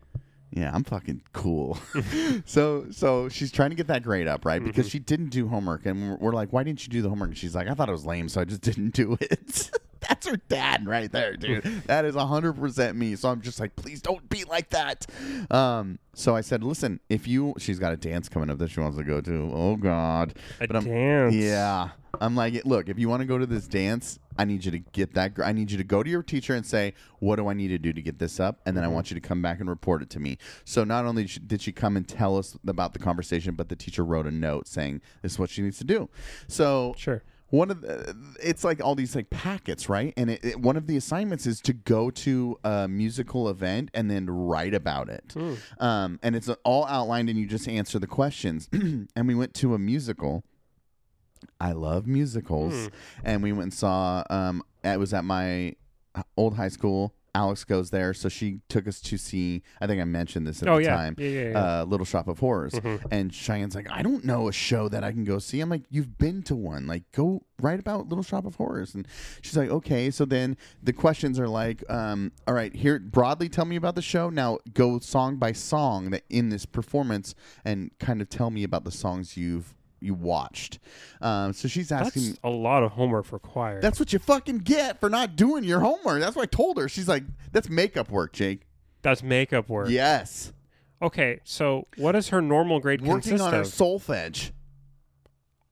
B: yeah i'm fucking cool so so she's trying to get that grade up right
A: Mm-hmm.
B: because she didn't do homework and we're, we're like why didn't you do the homework and she's like i thought it was lame so i just didn't do it that's her dad right there dude that is 100% me so i'm just like please don't be like that um so i said listen if you she's got a dance coming up that she wants to go to oh god
A: A
B: but I'm-
A: dance.
B: yeah. I'm like, look, if you want to go to this dance, I need you to get that. gr- I need you to go to your teacher and say, what do I need to do to get this up? And then I want you to come back and report it to me. So not only sh- did she come and tell us about the conversation, but the teacher wrote a note saying this is what she needs to do. So
A: Sure.
B: one of the, it's like all these like packets, right? And it, it, one of the assignments is to go to a musical event and then write about it.
A: Hmm.
B: Um, and it's all outlined, and you just answer the questions. and we went to a musical. I love
A: Hmm.
B: musicals, and we went and saw. Um, it was at my old high school. Alex goes there, so she took us to see. I think I mentioned this at
A: Oh,
B: the
A: yeah.
B: time.
A: Yeah, yeah, yeah.
B: Uh, Little Shop of Horrors,
A: Mm-hmm.
B: and Cheyenne's like, I don't know a show that I can go see. I'm like, you've been to one. Like, go write about Little Shop of Horrors. And she's like, okay. So then the questions are like, um, all right, here broadly, tell me about the show. Now go song by song that in this performance, and kind of tell me about the songs you've you watched. Um, so she's asking.
A: That's a lot of homework required.
B: That's what you fucking get for not doing your homework. That's what I told her. She's like, that's makeup work, Jake.
A: That's makeup work.
B: Yes.
A: Okay, so what does her normal grade
B: Working
A: consist
B: on her
A: of?
B: solfege.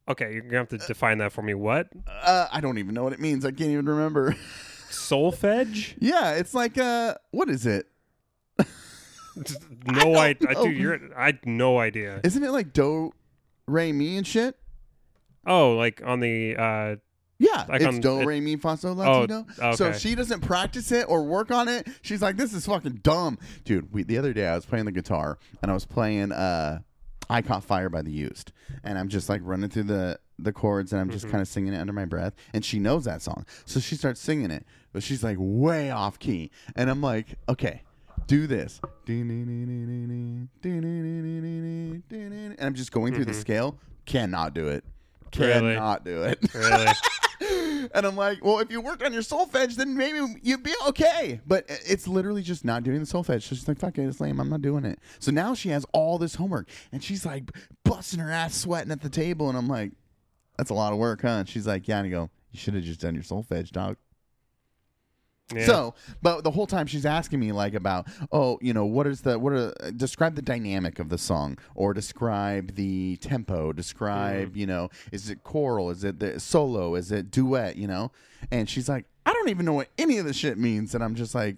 A: okay, you're gonna have to define that for me. What
B: Uh, I don't even know what it means. I can't even remember.
A: solfege?
B: yeah, it's like, uh, what is it?
A: No, I,
B: don't
A: I,
B: know.
A: dude, you're, I no idea.
B: Isn't it like do, re, mi and shit?
A: Oh, like on the uh,
B: Yeah,
A: Like
B: it's
A: on-
B: do,
A: it-
B: re, mi, fa, sol,
A: Oh,
B: la, ti, do. So
A: okay.
B: she doesn't practice it or work on it. She's like, this is fucking dumb. Dude, we, the other day I was playing the guitar and I was playing uh, I Caught Fire by the Used. And I'm just like running through the, the chords and I'm
A: Mm-hmm.
B: just kind of singing it under my breath. And she knows that song. So she starts singing it, but she's like way off key. And I'm like, okay. Do this. And I'm just going through the scale. Cannot do it.
A: Mm-hmm. Really?
B: Cannot do it.
A: really?
B: And I'm like, well, if you worked on your solfege, then maybe you'd be okay. But i- it's literally just not doing the solfege. So she's like, fuck it, it's lame. I'm not doing it. So now she has all this homework, and she's like busting her ass, sweating at the table. And I'm like, that's a lot of work, huh? And she's like, yeah. And I go, you should have just done your solfege, dog.
A: Yeah.
B: So, but the whole time she's asking me like about, oh, you know, what is the what are describe the dynamic of the song or describe the tempo, describe, you know, is it choral, is it the solo, is it duet, you know? And she's like, I don't even know what any of this shit means, and I'm just like.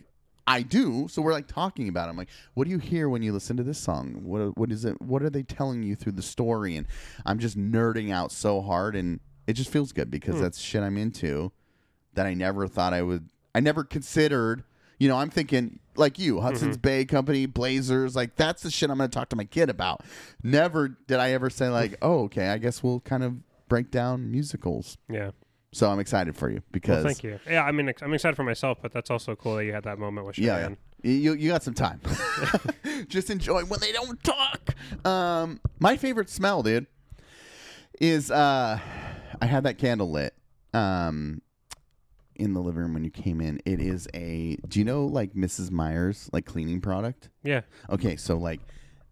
B: I do. So we're like talking about. It. I'm like, what do you hear when you listen to this song? What what is it? What are they telling you through the story? And I'm just nerding out so hard, and it just feels good because that's shit I'm into that I never thought I would. I never considered. You know, I'm thinking like you, Hudson's
A: Mm-hmm.
B: Bay Company, Blazers. Like that's the shit I'm going to talk to my kid about. Never did I ever say like, oh, okay, I guess we'll kind of break down musicals.
A: yeah.
B: So I'm excited for you
A: Well,
B: because
A: thank you. Yeah, I mean, ex- I'm excited for myself, but that's also cool that you had that moment with
B: yeah,
A: Cheyenne.
B: yeah. You, you got some time. Just enjoy when they don't talk. Um, my favorite smell, dude, is uh, I had that candle lit um, in the living room when you came in. It is a, do you know like Mrs. Myers, like cleaning product?
A: Yeah.
B: Okay, so like,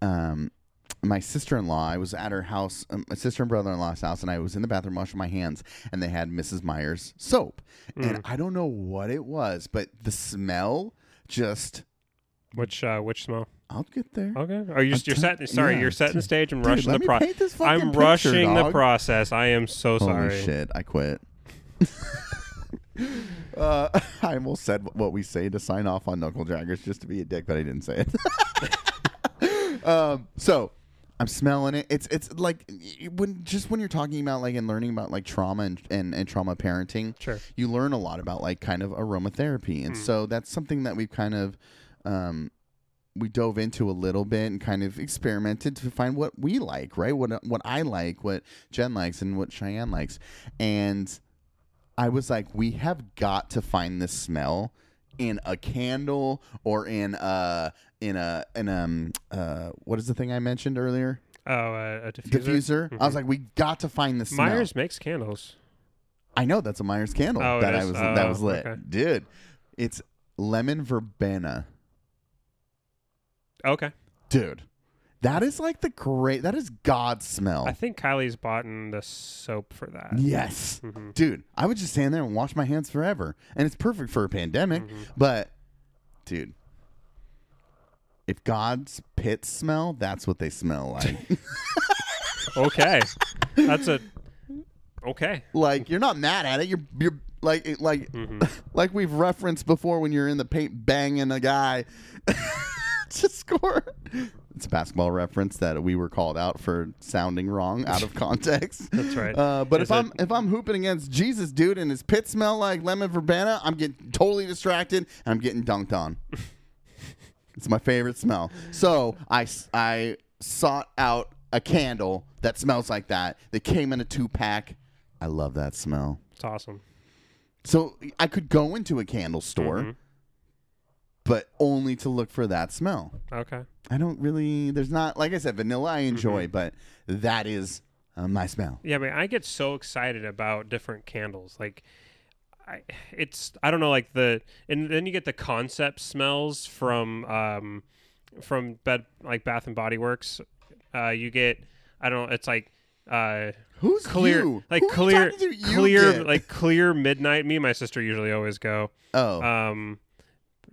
B: um, my sister in law, I was at her house, um, my sister and brother in law's house, and I was in the bathroom washing my hands, and they had Mrs. Myers soap, and I don't know what it was, but the smell just.
A: Which uh, which smell?
B: I'll get there.
A: Okay. Oh, you're, you're
B: t-
A: setting. Sorry,
B: yeah,
A: you're setting the
B: dude.
A: stage. I'm
B: Dude,
A: rushing
B: let
A: the
B: me
A: process.
B: paint this fucking
A: I'm
B: picture,
A: rushing the
B: dog.
A: process. I am so
B: Holy
A: sorry.
B: shit! I quit. uh, I almost said what we say to sign off on Knuckle Jaggers just to be a dick, but I didn't say it. um, so I'm smelling it. It's it's like y- when just when you're talking about like and learning about like trauma and and, and trauma parenting,
A: Sure.
B: you learn a lot about like kind of aromatherapy, and so that's something that we've kind of. Um, we dove into a little bit and kind of experimented to find what we like, right? What uh, what I like, what Jen likes, and what Cheyenne likes. And I was like, we have got to find this smell in a candle or in a in a in um uh what is the thing I mentioned earlier?
A: Oh, uh, a diffuser.
B: Diffuser. I was like, we got to find this smell.
A: Myers makes candles.
B: I know that's a Myers candle
A: Oh, it
B: that I
A: is?
B: was
A: Oh,
B: that was lit,
A: okay.
B: dude. It's lemon verbena.
A: Okay.
B: dude that is like the great that is god smell
A: I think Kylie's bought in the soap for that.
B: yes
A: Mhm.
B: dude i would just stand there and wash my hands forever and it's perfect for a pandemic
A: Mm-hmm.
B: but dude if god's pits smell that's what they smell like
A: Okay. That's a. Okay.
B: like you're not mad at it you're you're like it- like
A: Mm-hmm.
B: like we've referenced before when you're in the paint banging a guy to score it's a basketball reference that we were called out for sounding wrong out of context
A: That's right.
B: Uh, but
A: Is
B: if
A: it-
B: I'm if I'm hooping against Jesus, dude, and his pit smell like lemon verbena, I'm getting totally distracted and I'm getting dunked on. it's my favorite smell. So I s- I sought out a candle that smells like that. That came in a two pack. I love that smell.
A: It's awesome. Mm-hmm.
B: So I could go into a candle store, but only to look for that smell.
A: Okay.
B: I don't really. There's not like I said, vanilla I enjoy,
A: Mm-hmm.
B: but that is uh, my smell.
A: Yeah, but I get so excited about different candles. Like, I, it's I don't know, like the and then you get the concept smells from um from bed like Bath and Body Works. Uh, you get I don't know, it's like uh
B: Who's
A: clear
B: you?
A: like
B: Who are you
A: clear
B: talking to? You
A: clear
B: get-
A: like clear midnight. Me and my sister usually always go.
B: oh.
A: Um.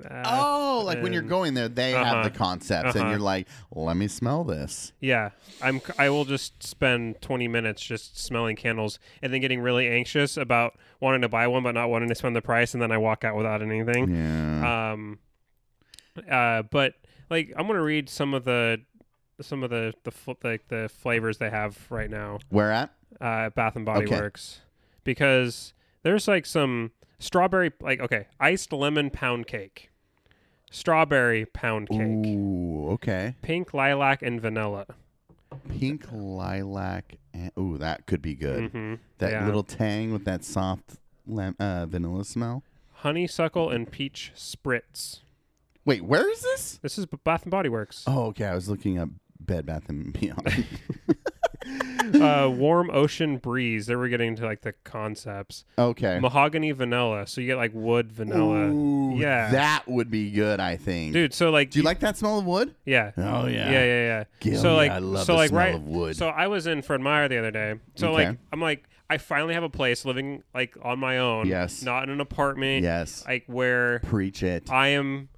A: uh,
B: Oh, like when you're
A: and-
B: going there, they have
A: Uh-huh.
B: the concepts, and
A: Uh-huh.
B: you're like, "Let me smell this."
A: Yeah, I'm. I will just spend 20 minutes just smelling candles, and then getting really anxious about wanting to buy one, but not wanting to spend the price, and then I walk out without anything.
B: Yeah,
A: Um. Uh, but like, I'm gonna read some of the some of the the fl- like the flavors they have right now
B: where at?
A: uh, at Bath and Body
B: Okay.
A: Works because there's like some strawberry like okay iced lemon pound cake, strawberry pound cake,
B: Ooh, okay.
A: pink lilac and vanilla.
B: Pink lilac. And, ooh, that could be good.
A: Mm-hmm.
B: That
A: yeah.
B: little tang with that soft lem- uh, vanilla smell.
A: honeysuckle and peach spritz.
B: Wait, where is this?
A: This is Bath and Body Works.
B: Oh, okay. I was looking up Bed Bath and Beyond.
A: Uh, warm ocean breeze. There we're getting into like the concepts.
B: okay.
A: Mahogany vanilla. So you get like wood vanilla.
B: Ooh,
A: yeah.
B: that would be good. I think.
A: Dude, so like
B: do you like that smell of wood?
A: Yeah.
B: Oh,
A: Yeah,
B: yeah.
A: yeah, yeah.
B: Gil,
A: so
B: yeah,
A: like
B: I love
A: so
B: the
A: like
B: smell
A: right
B: of wood.
A: So I was in Fred Meyer the other day. So
B: Okay.
A: like I'm like I finally have a place living like on my own.
B: Yes.
A: Not in an apartment.
B: Yes.
A: Like where
B: Preach it.
A: I am.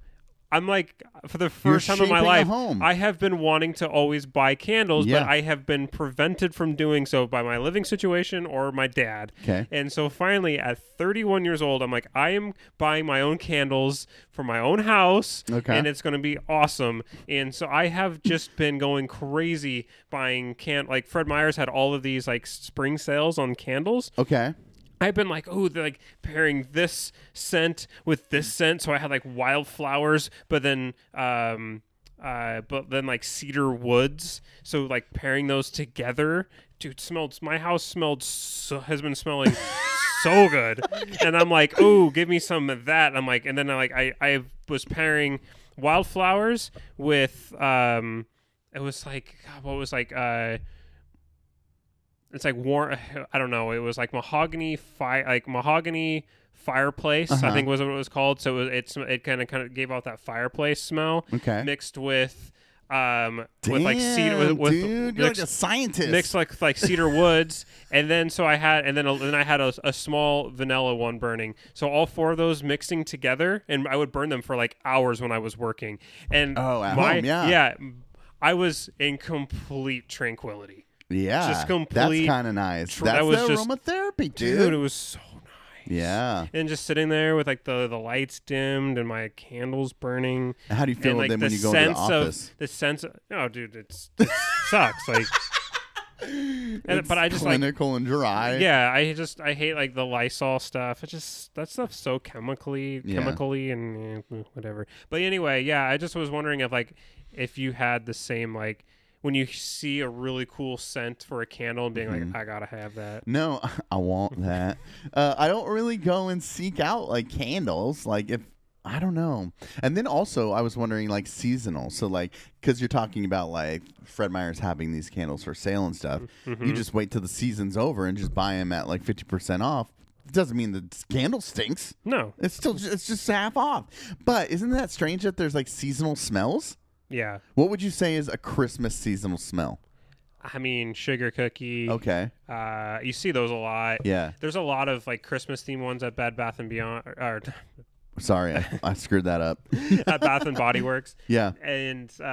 A: I'm like for the 1st time in my
B: shaping a
A: life,
B: home.
A: I have been wanting to always buy candles,
B: Yeah.
A: but I have been prevented from doing so by my living situation or my dad.
B: Okay.
A: And so finally, at 31 years old, I'm like, I am buying my own candles for my own house,
B: Okay.
A: and it's going to be awesome. And so I have just been going crazy buying can like Fred Meyer's had all of these like spring sales on candles,
B: Okay.
A: I've been like, oh, they're like pairing this scent with this scent. So I had like wildflowers, but then, um, uh, but then like cedar woods. So like pairing those together, dude, smelled. My house smelled so, has been smelling so good, and I'm like, oh, give me some of that. I'm like, and then I like I I was pairing wildflowers with um, it was like God, what was like uh it's like war i don't know it was like mahogany fire like mahogany fireplace i
B: Uh-huh.
A: think was what it was called so it was, it's it kind of kind of gave out that fireplace smell
B: Okay.
A: mixed with um with like cedar with,
B: Damn,
A: with
B: dude, you're like
A: mixed,
B: a scientist.
A: mixed like with, like cedar woods and then so i had and then a, then i had a, a small vanilla one burning so all four of those mixing together and i would burn them for like hours when i was working and
B: Oh, at
A: my
B: home, yeah.
A: yeah i was in complete tranquility
B: yeah,
A: just complete
B: That's kind of nice.
A: tr-
B: That's
A: that was
B: the
A: just-
B: aromatherapy, dude.
A: dude it was so nice
B: yeah.
A: and just sitting there with like the the lights dimmed and my candles burning
B: How do you feel
A: and like
B: then
A: the
B: when you go into the
A: sense
B: office?
A: of the sense of no dude it's it sucks like and,
B: It's
A: but i just like
B: clinical and dry.
A: yeah i just i hate like the lysol stuff it just that stuff's so chemically
B: Yeah.
A: chemically and eh, whatever but anyway yeah i just was wondering if like if you had the same like when you see a really cool scent for a candle and being
B: Mm-hmm.
A: like i gotta have that
B: No, I want that. uh, I don't really go and seek out like candles. Like if I don't know. And then also I was wondering like seasonal. So like because you're talking about like Fred Meyer's having these candles for sale and stuff. You just wait till the season's over and just buy them at like fifty percent off. Doesn't mean the candle stinks.
A: no
B: It's still ju- it's just half off. But isn't that strange that there's like seasonal smells?
A: yeah
B: What would you say is a Christmas seasonal smell?
A: I mean, sugar cookie.
B: Okay.
A: Uh, you see those a lot.
B: Yeah.
A: There's a lot of like Christmas themed ones at Bed Bath and Beyond or, or
B: Sorry, I, I screwed that up.
A: at Bath and Body Works,
B: Yeah.
A: and uh,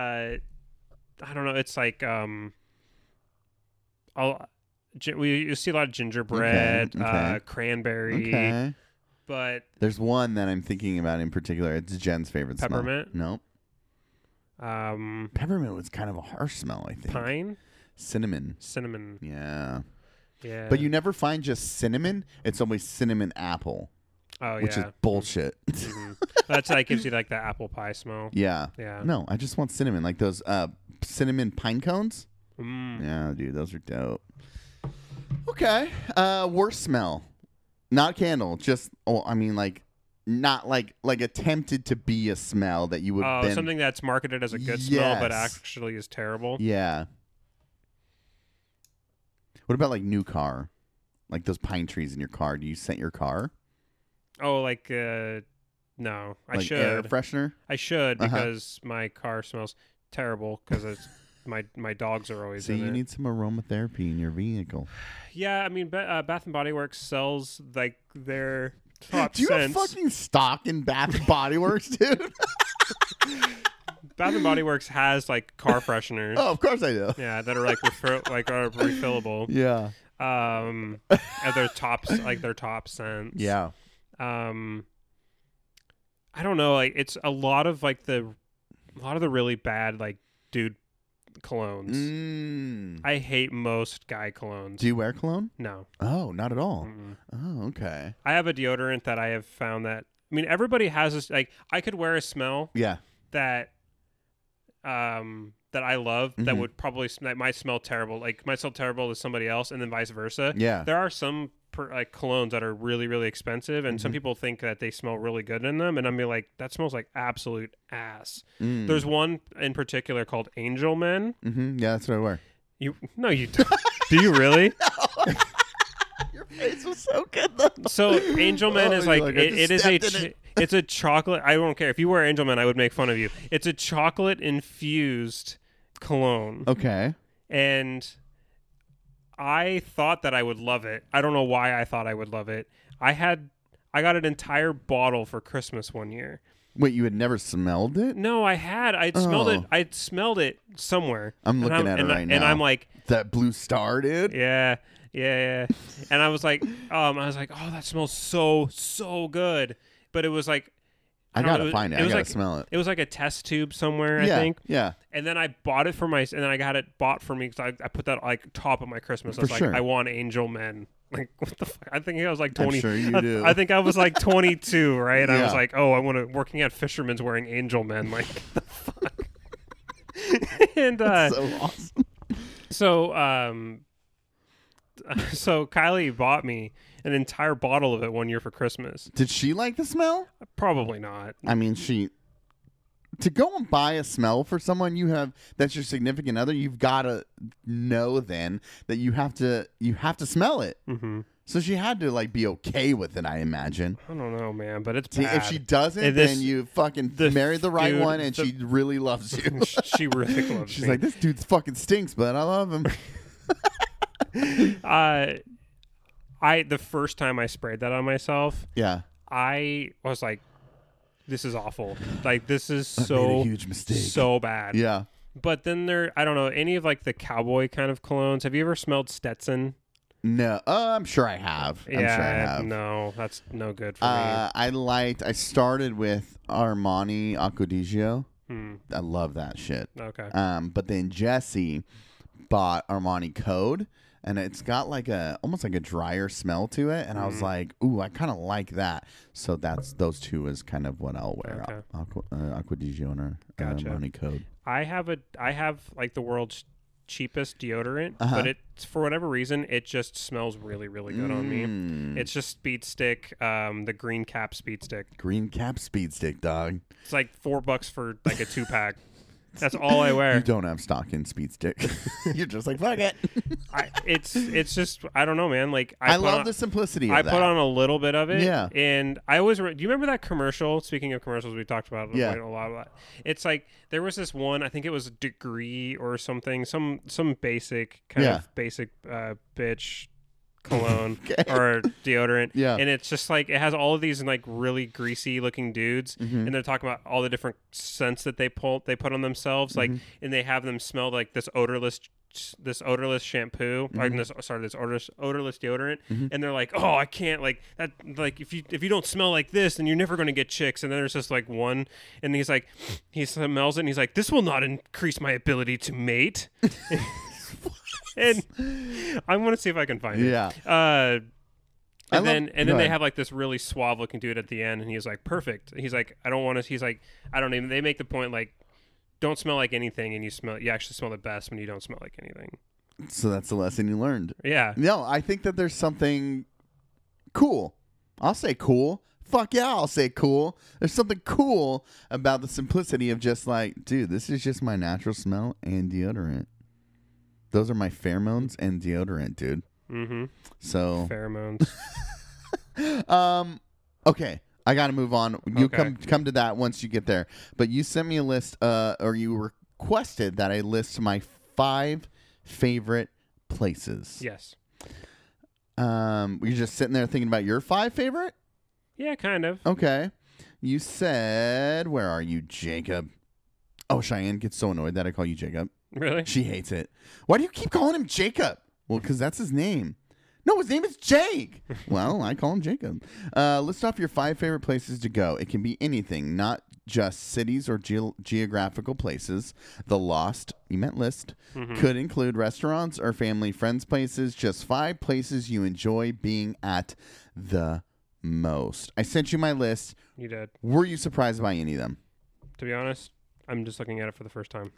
A: I don't know. It's like um, I'll. gi- We you see a lot of gingerbread,
B: Okay,
A: Uh,
B: okay.
A: cranberry,
B: Okay.
A: but
B: There's one that I'm thinking about in particular. It's Jen's favorite smell.
A: Peppermint?
B: No.
A: um,
B: Peppermint was kind of a harsh smell, I think.
A: pine,
B: Cinnamon.
A: cinnamon,
B: Yeah.
A: yeah.
B: But you never find just cinnamon. It's always cinnamon apple,
A: oh
B: which
A: yeah,
B: is bullshit.
A: Mhm. that's like gives you like the apple pie smell.
B: yeah.
A: Yeah,
B: No, I just want cinnamon. Like those uh cinnamon pine cones.
A: Mm.
B: Yeah, dude, those are dope. Okay. Uh worst smell. Not candle, just oh I mean like not like like attempted to be a smell that you would
A: Oh,
B: then
A: something that's marketed as a good smell but
B: Yes.
A: actually is terrible.
B: Yeah. What about like new car? Like those pine trees in your car. Do you scent your car?
A: Oh, like uh no, I
B: like
A: should.
B: air freshener?
A: I should
B: Uh-huh.
A: because my car smells terrible because it's my my dogs are always
B: So
A: in
B: you
A: it.
B: need some aromatherapy in your vehicle.
A: yeah, I mean, Ba- uh, Bath and Body Works sells like their top
B: Do you
A: scents.
B: have fucking stock in Bath and Body Works, dude?
A: Bath and Body Works has like car fresheners.
B: oh, of course I do.
A: Yeah, that are like refer- like are refillable.
B: Yeah.
A: Um, and their tops like their top scents.
B: Yeah.
A: um i don't know like it's a lot of like the a lot of the really bad like dude colognes
B: Mm.
A: i hate most guy colognes
B: Do you wear cologne?
A: no
B: Oh, not at all.
A: Mm-mm.
B: Oh, okay.
A: i have a deodorant that i have found that i mean everybody has this like i could wear a smell
B: Yeah.
A: that um that i love that
B: Mhm.
A: would probably sm- that might smell terrible like might smell terrible to somebody else and then vice versa
B: Yeah.
A: there are some per, like colognes that are really really expensive and some
B: Mhm.
A: people think that they smell really good in them and i'm be like that smells like absolute ass
B: Mm.
A: there's one in particular called angel men
B: Mhm. Yeah, that's what I wear.
A: you no you don't. do you really
B: Your face was so good though.
A: so angel men
B: Oh,
A: is
B: you're
A: like,
B: like, I
A: it,
B: just
A: it is a
B: stepped in
A: ch- it's a chocolate i don't care if you wear angel men i would make fun of you it's a chocolate infused cologne
B: Okay.
A: and I thought that I would love it. I don't know why I thought I would love it. I had I got an entire bottle for Christmas one year.
B: Wait, you had never smelled it?
A: No, I had. I smelled it.
B: Oh.
A: I smelled it somewhere.
B: I'm
A: And
B: looking at it
A: and I-
B: right
A: And
B: now.
A: I'm like,
B: That blue star, dude.
A: yeah, yeah, yeah. and I was like, um, I was like, oh, that smells so so good. But it was like,
B: I
A: don't know,
B: gotta
A: was-
B: find it. I
A: was
B: gotta
A: like,
B: smell it.
A: It was like a test tube somewhere,
B: yeah.
A: I think.
B: Yeah.
A: And then I bought it for my, and then I got it bought for me because I, I put that like top of my Christmas. I was
B: For
A: like,
B: sure.
A: I want Angel Men. Like what the fuck? I think I was like
B: I'm
A: twenty.
B: sure you
A: I,
B: do.
A: I think I was like twenty two, right? I was
B: Yeah.
A: like, oh, I want to working at Fisherman's wearing Angel Men. Like the fuck. and uh, so,
B: so awesome.
A: um, so Kylie bought me an entire bottle of it one year for Christmas.
B: Did she like the smell?
A: Probably not.
B: I mean, she. To go and buy a smell for someone you have that's your significant other, you've got to know then that you have to you have to smell it.
A: hmm
B: So she had to like be okay with it, I imagine.
A: I don't know, man, but it's
B: See,
A: bad.
B: if she doesn't,
A: If this-
B: then you fucking
A: the-
B: married the right
A: dude,
B: one, and
A: the-
B: she really loves you.
A: she really loves
B: She's
A: me.
B: like, this dude fucking stinks, but I love him.
A: uh, I the first time I sprayed that on myself,
B: Yeah,
A: I was like, "This is awful. Like this is
B: made a
A: so
B: huge mistake.
A: so bad."
B: yeah,
A: But then there, I don't know any of like the cowboy kind of colognes. Have you ever smelled Stetson?
B: no, uh, I'm sure I have. I'm sure I have.
A: no, that's no good for
B: Uh, I liked. I started with Armani Acquadigio.
A: me. Hmm,
B: I love that shit.
A: okay,
B: Um, but then Jesse bought Armani Code, and it's got like a almost like a drier smell to it. And I
A: Mm.
B: was like, ooh, I kind of like that. So that's those two is kind of what I'll wear.
A: Okay.
B: Aqua, uh, Aqua di Giona, uh,
A: Gotcha.
B: Armani Code.
A: I have a I have like the world's cheapest deodorant,
B: Uh-huh.
A: but it for whatever reason it just smells really really good on me.
B: Mm.
A: It's just Speed Stick, um, the green cap Speed Stick.
B: green cap speed stick, dog.
A: It's like four bucks for like a two pack. That's all I
B: You
A: wear.
B: don't have stock in speed stick. You're just like fuck it.
A: I, it's it's just I don't know, man. Like I,
B: I,
A: put
B: love
A: on,
B: the simplicity. Of
A: I
B: that.
A: put on a little bit of it.
B: Yeah.
A: And I always re- do you remember that commercial? Speaking of commercials, we talked about it
B: Yeah.
A: quite a lot. About. It's like there was this one. I think it was degree or something. Some some basic kind
B: Yeah.
A: of basic uh, bitch cologne
B: Okay.
A: or deodorant.
B: Yeah.
A: And it's just like it has all of these like really greasy looking dudes,
B: Mhm.
A: and they're talking about all the different scents that they pull they put on themselves, like,
B: Mm-hmm.
A: and they have them smell like this odorless this odorless shampoo or
B: Mm-hmm.
A: this sorry this odorless odorless deodorant and they're like oh i can't like that like if you if you don't smell like this then you're never going to get chicks and then there's just like one and he's like he smells it and he's like this will not increase my ability to mate and i'm going to see if i can find it
B: Yeah.
A: uh,
B: I
A: and
B: love-
A: then and
B: go
A: then they
B: ahead.
A: have like this really suave looking dude at the end, and he's like, "Perfect." He's like, "I don't want to." He's like, "I don't even." They make the point like, "Don't smell like anything," and you smell. You actually smell the best when you don't smell like anything.
B: So that's the lesson you learned.
A: Yeah,
B: No, I think that there's something cool. I'll say cool fuck yeah, I'll say cool. There's something cool about the simplicity of just like, dude, this is just my natural smell and deodorant. Those are my pheromones and deodorant, dude.
A: Mm-hmm.
B: So,
A: Pheromones.
B: um, okay, I got to move on. You
A: Okay.
B: come come to that once you get there. But you sent me a list, uh, or you requested that I list my five favorite places.
A: yes.
B: Um, you're just sitting there thinking about your five favorite.
A: Yeah, kind of.
B: Okay. You said, where are you, Jacob? Oh, Cheyenne gets so annoyed that I call you Jacob.
A: Really?
B: She hates it. Why do you keep calling him Jacob? Well, because that's his name. No, his name is Jake. well, I call him Jacob. Uh, list off your five favorite places to go. It can be anything, not just cities or geo geographical places. The lost, you meant list,
A: Mm-hmm.
B: could include restaurants or family friends places. Just five places you enjoy being at the most. I sent you my list.
A: You did.
B: Were you surprised by any of them?
A: To be honest, I'm just looking at it for the first time.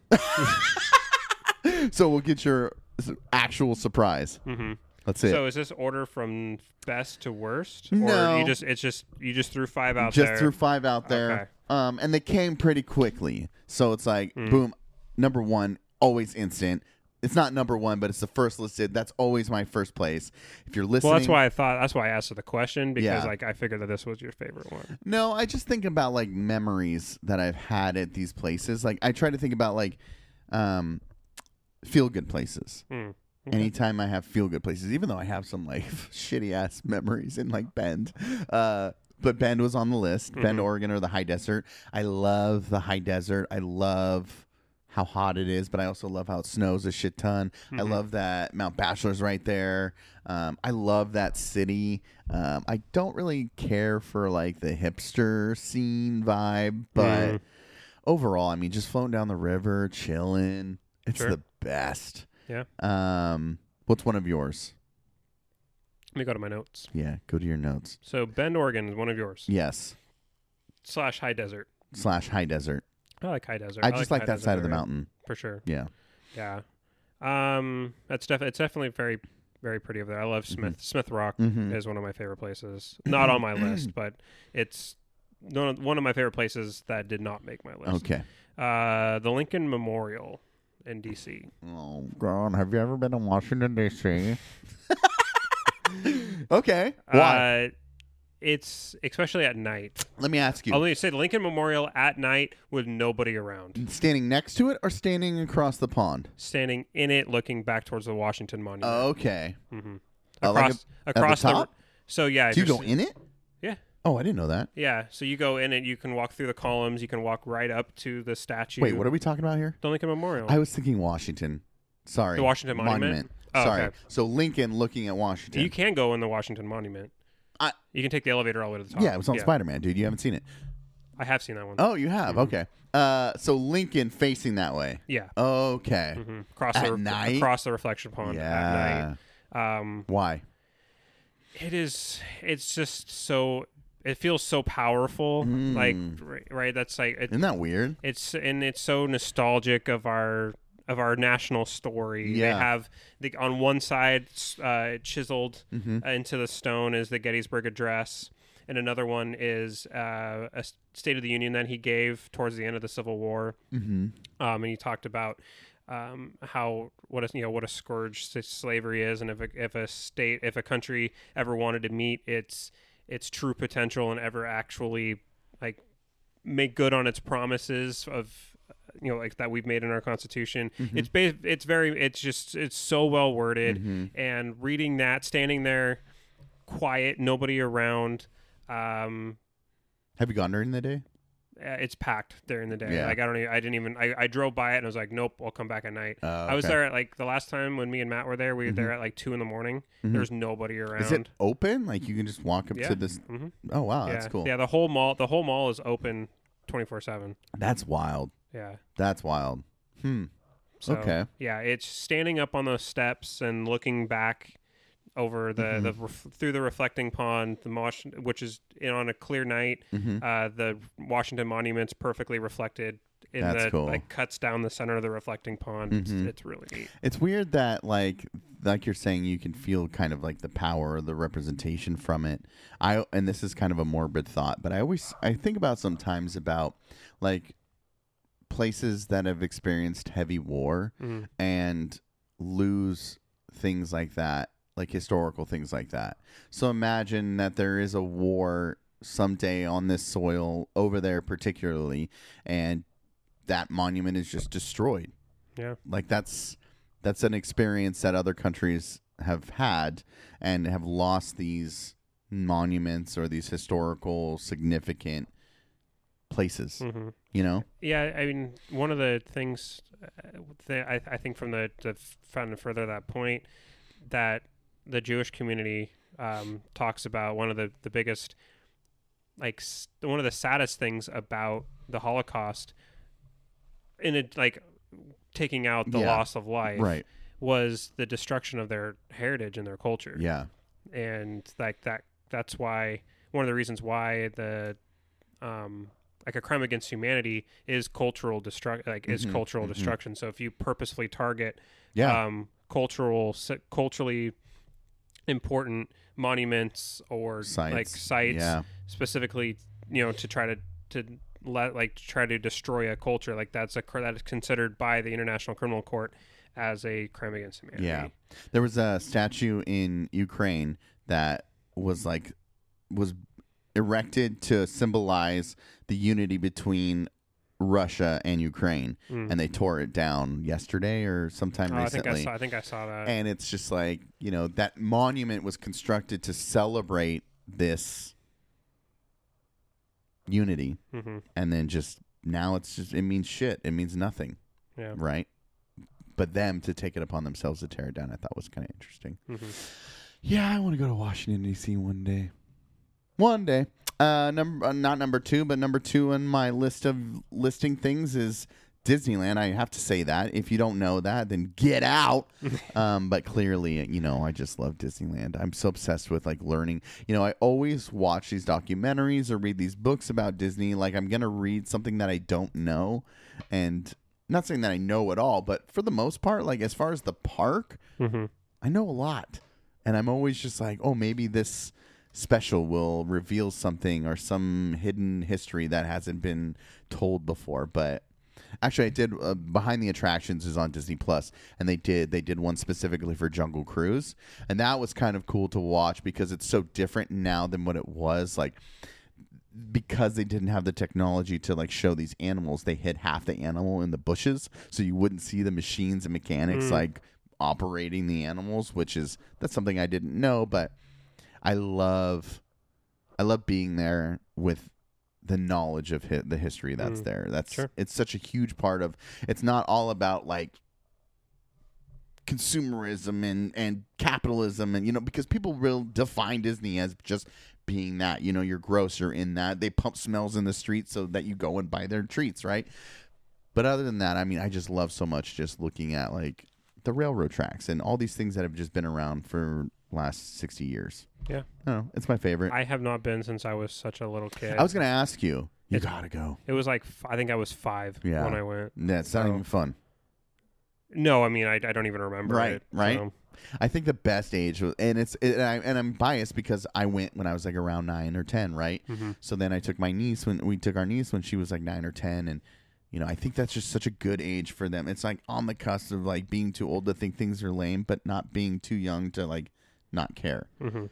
B: So we'll get your s- actual surprise.
A: Mm-hmm.
B: Let's see.
A: So is this order from best to worst, or
B: No.
A: you just it's just you just threw five out
B: just
A: there?
B: threw five out there.
A: Okay.
B: Um, and they came pretty quickly. So it's like
A: Hmm.
B: boom, number one, always instant. It's not number one, but it's the first listed. That's always my first place. If you're listening,
A: well, that's why I thought that's why I asked her the question because
B: Yeah.
A: like I figured that this was your favorite one.
B: No, I just think about like memories that I've had at these places. Like I try to think about like um feel good places.
A: Mm.
B: Anytime I have feel good places, even though I have some like shitty ass memories in like Bend. Uh but Bend was on the list.
A: Mm-hmm.
B: Bend, Oregon or the high desert. I love the high desert. I love how hot it is, but I also love how it snows a shit ton. I
A: Mm-hmm.
B: love that Mount Bachelor's right there. Um, I love that city. Um, I don't really care for like the hipster scene vibe, but
A: Mm.
B: overall, I mean, just floating down the river, chilling, it's
A: Sure.
B: the best.
A: Yeah.
B: Um, what's one of yours?
A: Let me go to my notes.
B: Yeah, go to your notes.
A: So Bend, Oregon is one of yours
B: Yes,
A: slash high desert.
B: slash high desert.
A: I like high desert.
B: I just like,
A: high
B: that
A: desert
B: side of the
A: area,
B: mountain.
A: for sure.
B: Yeah.
A: Yeah. Um, that's def- it's definitely very, very pretty over there. I
B: Mm-hmm.
A: love Smith. Smith Rock
B: Mhm.
A: is one of my favorite places. Not on my list, but it's one of, one of my favorite places that did not make my list.
B: Okay.
A: Uh, the Lincoln Memorial in D.C.
B: Oh God, have you ever been to Washington D.C.? okay. Why?
A: Uh, it's especially at night.
B: Let me ask you.
A: I'll only say the Lincoln Memorial at night with nobody around,
B: standing next to it or standing across the pond?
A: standing in it, looking back towards the Washington Monument.
B: Okay.
A: hmm
B: Uh,
A: Across
B: like the
A: across the,
B: top?
A: so yeah. if
B: Do you
A: you're
B: go
A: s-
B: in it?
A: Yeah.
B: Oh, I didn't know that.
A: Yeah, so you go in and you can walk through the columns. You can walk right up to the statue.
B: Wait, what are we talking about here?
A: the Lincoln Memorial?
B: I was thinking Washington. Sorry.
A: The Washington Monument? Oh,
B: Sorry.
A: okay.
B: So Lincoln looking at Washington.
A: You can go in the Washington Monument.
B: I-
A: you can take the elevator all the way to the top.
B: yeah, it was on Spider Man, dude. You haven't seen it.
A: I have seen that one.
B: Oh, you have?
A: Mm-hmm.
B: Okay. Uh, so Lincoln facing that way.
A: Yeah,
B: Okay.
A: hmm across
B: At
A: the re-
B: night?
A: across the reflection pond
B: Yeah.
A: at night. Um,
B: Why?
A: it is. It's just so. It feels so powerful. Like
B: Mm.
A: right, right. That's like it,
B: Isn't that weird?
A: it's and it's so nostalgic of our of our national story.
B: Yeah.
A: They have the, on one side s- uh, chiseled
B: Mm-hmm.
A: uh, into the stone is the Gettysburg Address, and another one is uh, a s- State of the Union that he gave towards the end of the Civil War,
B: Mm-hmm.
A: um, and he talked about. Um, how what a you know what a scourge s- slavery is, and if a, if a state if a country ever wanted to meet its its true potential and ever actually like make good on its promises of uh, you know like that we've made in our constitution
B: Mm-hmm.
A: it's ba- it's very it's just it's so well worded and reading that standing there quiet nobody around um
B: Have you gone during the day?
A: uh, it's packed during the day
B: Yeah.
A: like i don't even i didn't even I, I drove by it and i was like nope i'll come back at night
B: Oh,
A: i was
B: okay. Mm-hmm.
A: there at like the last time when me and matt were there we were there at like two in the morning there's nobody around
B: Is it open? Like you can just walk up
A: Yeah.
B: to this?
A: Mhm.
B: Oh wow,
A: yeah
B: that's cool.
A: yeah the whole mall the whole mall is open 24 7
B: That's wild.
A: yeah
B: That's wild. Hmm.
A: So,
B: Okay.
A: Yeah, it's standing up on those steps and looking back over the,
B: Mm-hmm.
A: the ref- through the reflecting pond, the mosh,
B: Mm-hmm.
A: which is in, on a clear night. Uh, the Washington Monument's perfectly reflected in
B: That's
A: the
B: cool.
A: like cuts down the center of the reflecting pond.
B: Mhm.
A: It's, it's really neat.
B: It's weird that like like you're saying you can feel kind of like the power or the representation from it. I and this is kind of a morbid thought, but I always I think about sometimes about like places that have experienced heavy war
A: Mhm.
B: and lose things like that, like historical things like that. So imagine that there is a war someday on this soil over there particularly and that monument is just destroyed
A: Yeah.
B: like that's that's an experience that other countries have had and have lost these monuments or these historical significant places
A: hmm
B: you know
A: Yeah, I mean, one of the things uh, that I, I think from the to f- kind of further that point that the Jewish community um, talks about one of the the biggest, like s- one of the saddest things about the Holocaust, in it like taking out the
B: Yeah.
A: loss of life,
B: right
A: was the destruction of their heritage and their culture
B: yeah
A: and like that that's why one of the reasons why the um like a crime against humanity is cultural destruct like is
B: Mhm,
A: cultural
B: mhm.
A: destruction so if you purposefully target
B: yeah
A: um cultural se- culturally important monuments or like sites
B: yeah
A: specifically you know to try to to let like to try to destroy a culture like that's a cr- that is considered by the international criminal court as a crime against humanity
B: yeah there was a statue in ukraine that was like was erected to symbolize the unity between russia and ukraine
A: Mm.
B: and they tore it down yesterday or sometime
A: Oh, I think
B: recently
A: I saw I think I saw that
B: and it's just like you know that monument was constructed to celebrate this unity
A: mm-hmm.
B: and then just now it's just it means shit it means nothing
A: yeah
B: right but them to take it upon themselves to tear it down i thought was kind of interesting
A: Mm-hmm.
B: yeah i want to go to washington dc one day one day uh number uh, not number two but number two on my list of listing things is disneyland i have to say that if you don't know that then get out um, but clearly, you know, I just love Disneyland. I'm so obsessed with like learning. You know, I always watch these documentaries or read these books about Disney. Like, I'm gonna read something that I don't know, and not saying that I know it all, but for the most part, like as far as the park,
A: Mm-hmm.
B: I know a lot, and I'm always just like, oh, maybe this special will reveal something or some hidden history that hasn't been told before. But actually, I did uh, behind the attractions is on Disney Plus, and they did they did one specifically for Jungle Cruise, and that was kind of cool to watch because it's so different now than what it was like. Because they didn't have the technology to like show these animals, they hid half the animal in the bushes, so you wouldn't see the machines and mechanics like operating the animals, which is that's something I didn't know, but I love I love being there with the knowledge of hi- the history that's
A: Mm.
B: there. That's
A: Sure.
B: it's such a huge part of. It's not all about like consumerism and and capitalism and you know because people will define Disney as just being that you know your grocer in that they pump smells in the street so that you go and buy their treats right but other than that i mean i just love so much just looking at like the railroad tracks and all these things that have just been around for last 60 years
A: Yeah.
B: I don't know, it's my favorite
A: I have not been since I was such a little kid.
B: I was gonna ask you. You
A: It's-
B: gotta go.
A: it was like f- I think I was five
B: Yeah.
A: when I went.
B: That's not
A: So-
B: even fun.
A: No, I mean I, I don't even remember.
B: Right,
A: it,
B: right.
A: so-
B: I think the best age was, and it's it, and, I, and I'm biased because I went when I was like around nine or ten, right?
A: Mhm.
B: So then I took my niece when we took our niece when she was like nine or ten, and you know I think that's just such a good age for them. It's like on the cusp of like being too old to think things are lame, but not being too young to like not care
A: Mhm.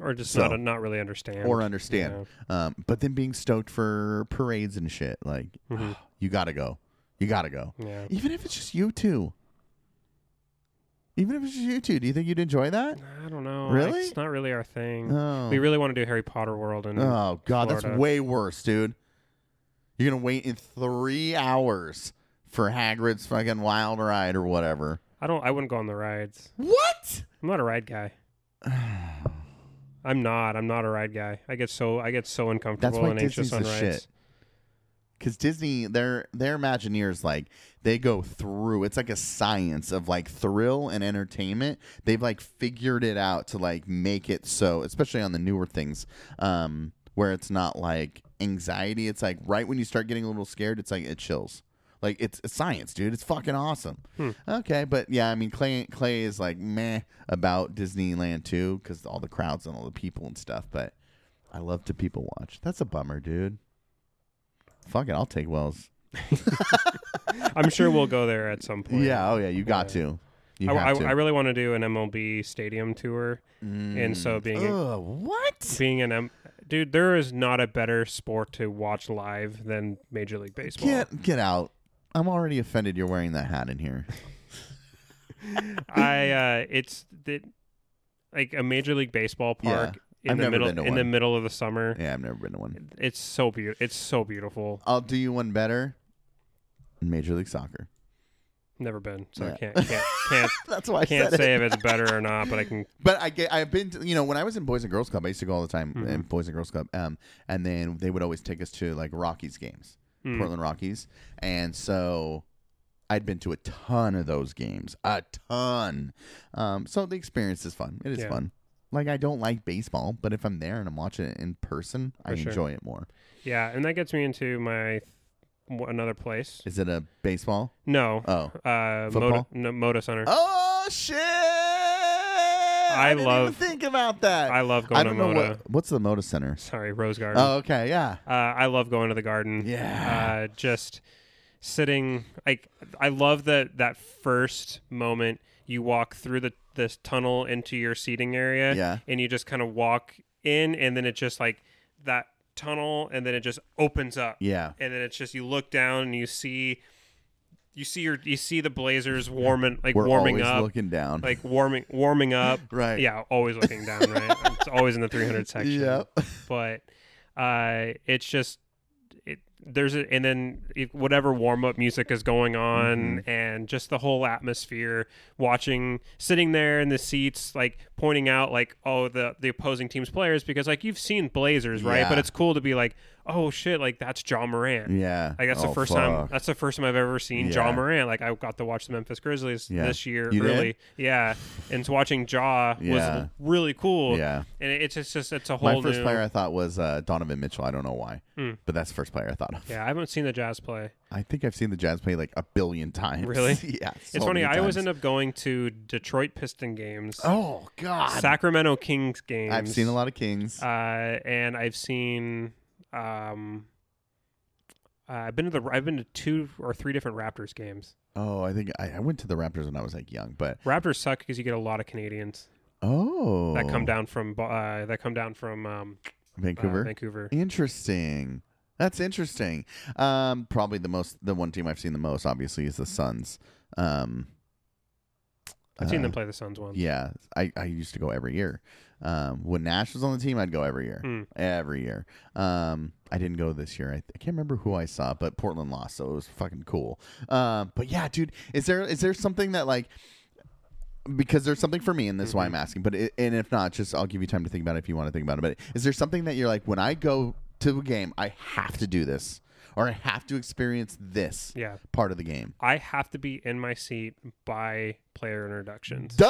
A: Or just
B: So-
A: not not really understand.
B: or understand. Um, but then being stoked for parades and shit, like ah,
A: Mhm.
B: you gotta go, you gotta go.
A: Yeah. yeah.
B: Even if it's just you two. Even if it's just you two, do you think you'd enjoy that?
A: I don't know.
B: Really?
A: It's not really our thing.
B: Oh,
A: Mm-hmm. We really want to do Harry Potter World and
B: oh God, that's
A: Florida.
B: way worse, dude. You're gonna wait in three hours for Hagrid's fucking wild ride or whatever.
A: I don't I wouldn't go on the rides.
B: What?
A: I'm not a ride guy. I'm not. I'm not a ride guy. I get so I get so uncomfortable
B: why
A: and anxious
B: Disney's
A: on
B: the
A: rides.
B: shit. Because Disney, their their Imagineers, like they go through. It's like a science of like thrill and entertainment. They've like figured it out to like make it so, especially on the newer things, um, where it's not like anxiety. It's like right when you start getting a little scared, it's like it chills. Like it's it's science, dude. It's fucking awesome. Okay, but yeah, I mean Clay Clay is like meh about Disneyland too because all the crowds and all the people and stuff. But I love to people watch. That's a bummer, dude. Fuck it, I'll take Wells.
A: I'm sure we'll go there at some point.
B: Yeah, oh yeah, you got to. You
A: I, I,
B: have to.
A: I really want to do an MLB stadium tour, and so being a-
B: Ugh, what?
A: being an M, dude, there is not a better sport to watch live than Major League Baseball.
B: Get get out. I'm already offended you're wearing that hat in here.
A: I uh, it's the, like a Major League Baseball
B: Yeah.
A: park in
B: I've
A: the
B: never
A: middle
B: been to
A: in the
B: one.
A: middle of the summer.
B: Yeah, I've never been to one.
A: It's so beautiful. It's so beautiful.
B: I'll do you one better. Major League Soccer.
A: Never been, so I
B: Yeah.
A: can't can't can't,
B: That's why I
A: can't
B: said it.
A: say if it's better or not. But I can.
B: But I get, I've been, to, you know, when I was in Boys and Girls Club, I used to go all the time
A: Mm-hmm.
B: in Boys and Girls Club. Um, and then they would always take us to like Rockies games,
A: Mm.
B: Portland Rockies. And so I'd been to a ton of those games, a ton. Um, so the experience is fun. It is
A: Yeah.
B: fun. Like I don't like baseball, but if I'm there and I'm watching it in person, I
A: For sure.
B: enjoy it more.
A: Yeah, and that gets me into my w- another place.
B: Is it a baseball?
A: No,
B: Oh,
A: uh, Moda,
B: Football?
A: no, Moda Center.
B: oh shit! I, didn't
A: love-
B: even think about that.
A: I love going
B: I don't
A: to
B: know
A: Moda.
B: what, what's the Moda Center.
A: Sorry, Rose Garden.
B: Oh, okay, yeah.
A: Uh, I love going to the garden.
B: Yeah.
A: Uh, just sitting. Like I love that that first moment you walk through the this tunnel into your seating area.
B: Yeah.
A: And you just kind of walk in, and then it just like that tunnel, and then it just opens up.
B: Yeah.
A: And then it's just you look down and you see. You see your you see the Blazers warming like
B: We're
A: warming
B: always
A: up
B: looking down.
A: like warming warming up
B: Right.
A: yeah always looking down right it's always in the 300 section
B: Yep.
A: but uh it's just it there's a, and then it, whatever warm up music is going on
B: Mm-hmm.
A: and just the whole atmosphere watching sitting there in the seats like pointing out like oh the the opposing team's players because like you've seen blazers right
B: Yeah.
A: but it's cool to be like oh shit like that's john moran
B: Yeah.
A: like that's
B: Oh,
A: the first time.
B: fuck.
A: That's the first time I've ever seen Jaw
B: Yeah.
A: Moran. Like I got to watch the Memphis Grizzlies
B: Yeah.
A: this year
B: You did?
A: early. Yeah, and so watching Jaw
B: Yeah.
A: was really cool.
B: Yeah.
A: and it- it's just, it's just it's a whole
B: My first
A: new.
B: player I thought was uh, Donovan Mitchell. I don't know why, but that's the first player I thought of.
A: Hmm. yeah, I haven't seen the Jazz play.
B: I think I've seen the Jazz play like a billion times.
A: Really?
B: yeah.
A: It's funny. I always end up going to Detroit Piston games,
B: Oh God.
A: Sacramento Kings games.
B: I've seen a lot of Kings.
A: Uh, and I've seen um. Uh, I've been to the I've been to two or three different Raptors games.
B: oh, I think I, I went to the Raptors when I was like young, but
A: Raptors suck because you get a lot of Canadians
B: oh,
A: that come down from Bo- uh, that come down from um, Uh,
B: Vancouver.
A: Vancouver.
B: Interesting. That's interesting. Um, probably the most, the one team I've seen the most, obviously, is the Suns. Um,
A: I've seen
B: uh,
A: them play the Suns once.
B: Yeah, I, I used to go every year. Um, when Nash was on the team, I'd go every year.
A: Mm.
B: Every year. Um, I didn't go this year. I, I can't remember who I saw, but Portland lost, so it was fucking cool. Um, but yeah, dude, is there is there something that like because there's something for me, and this is why I'm asking. But i and if not, just I'll give you time to think about it if you want to think about it. But is there something that you're like when I go to a game, I have to do this, or I have to experience this
A: Yeah.
B: part of the game?
A: I have to be in my seat by player introductions.
B: Duh!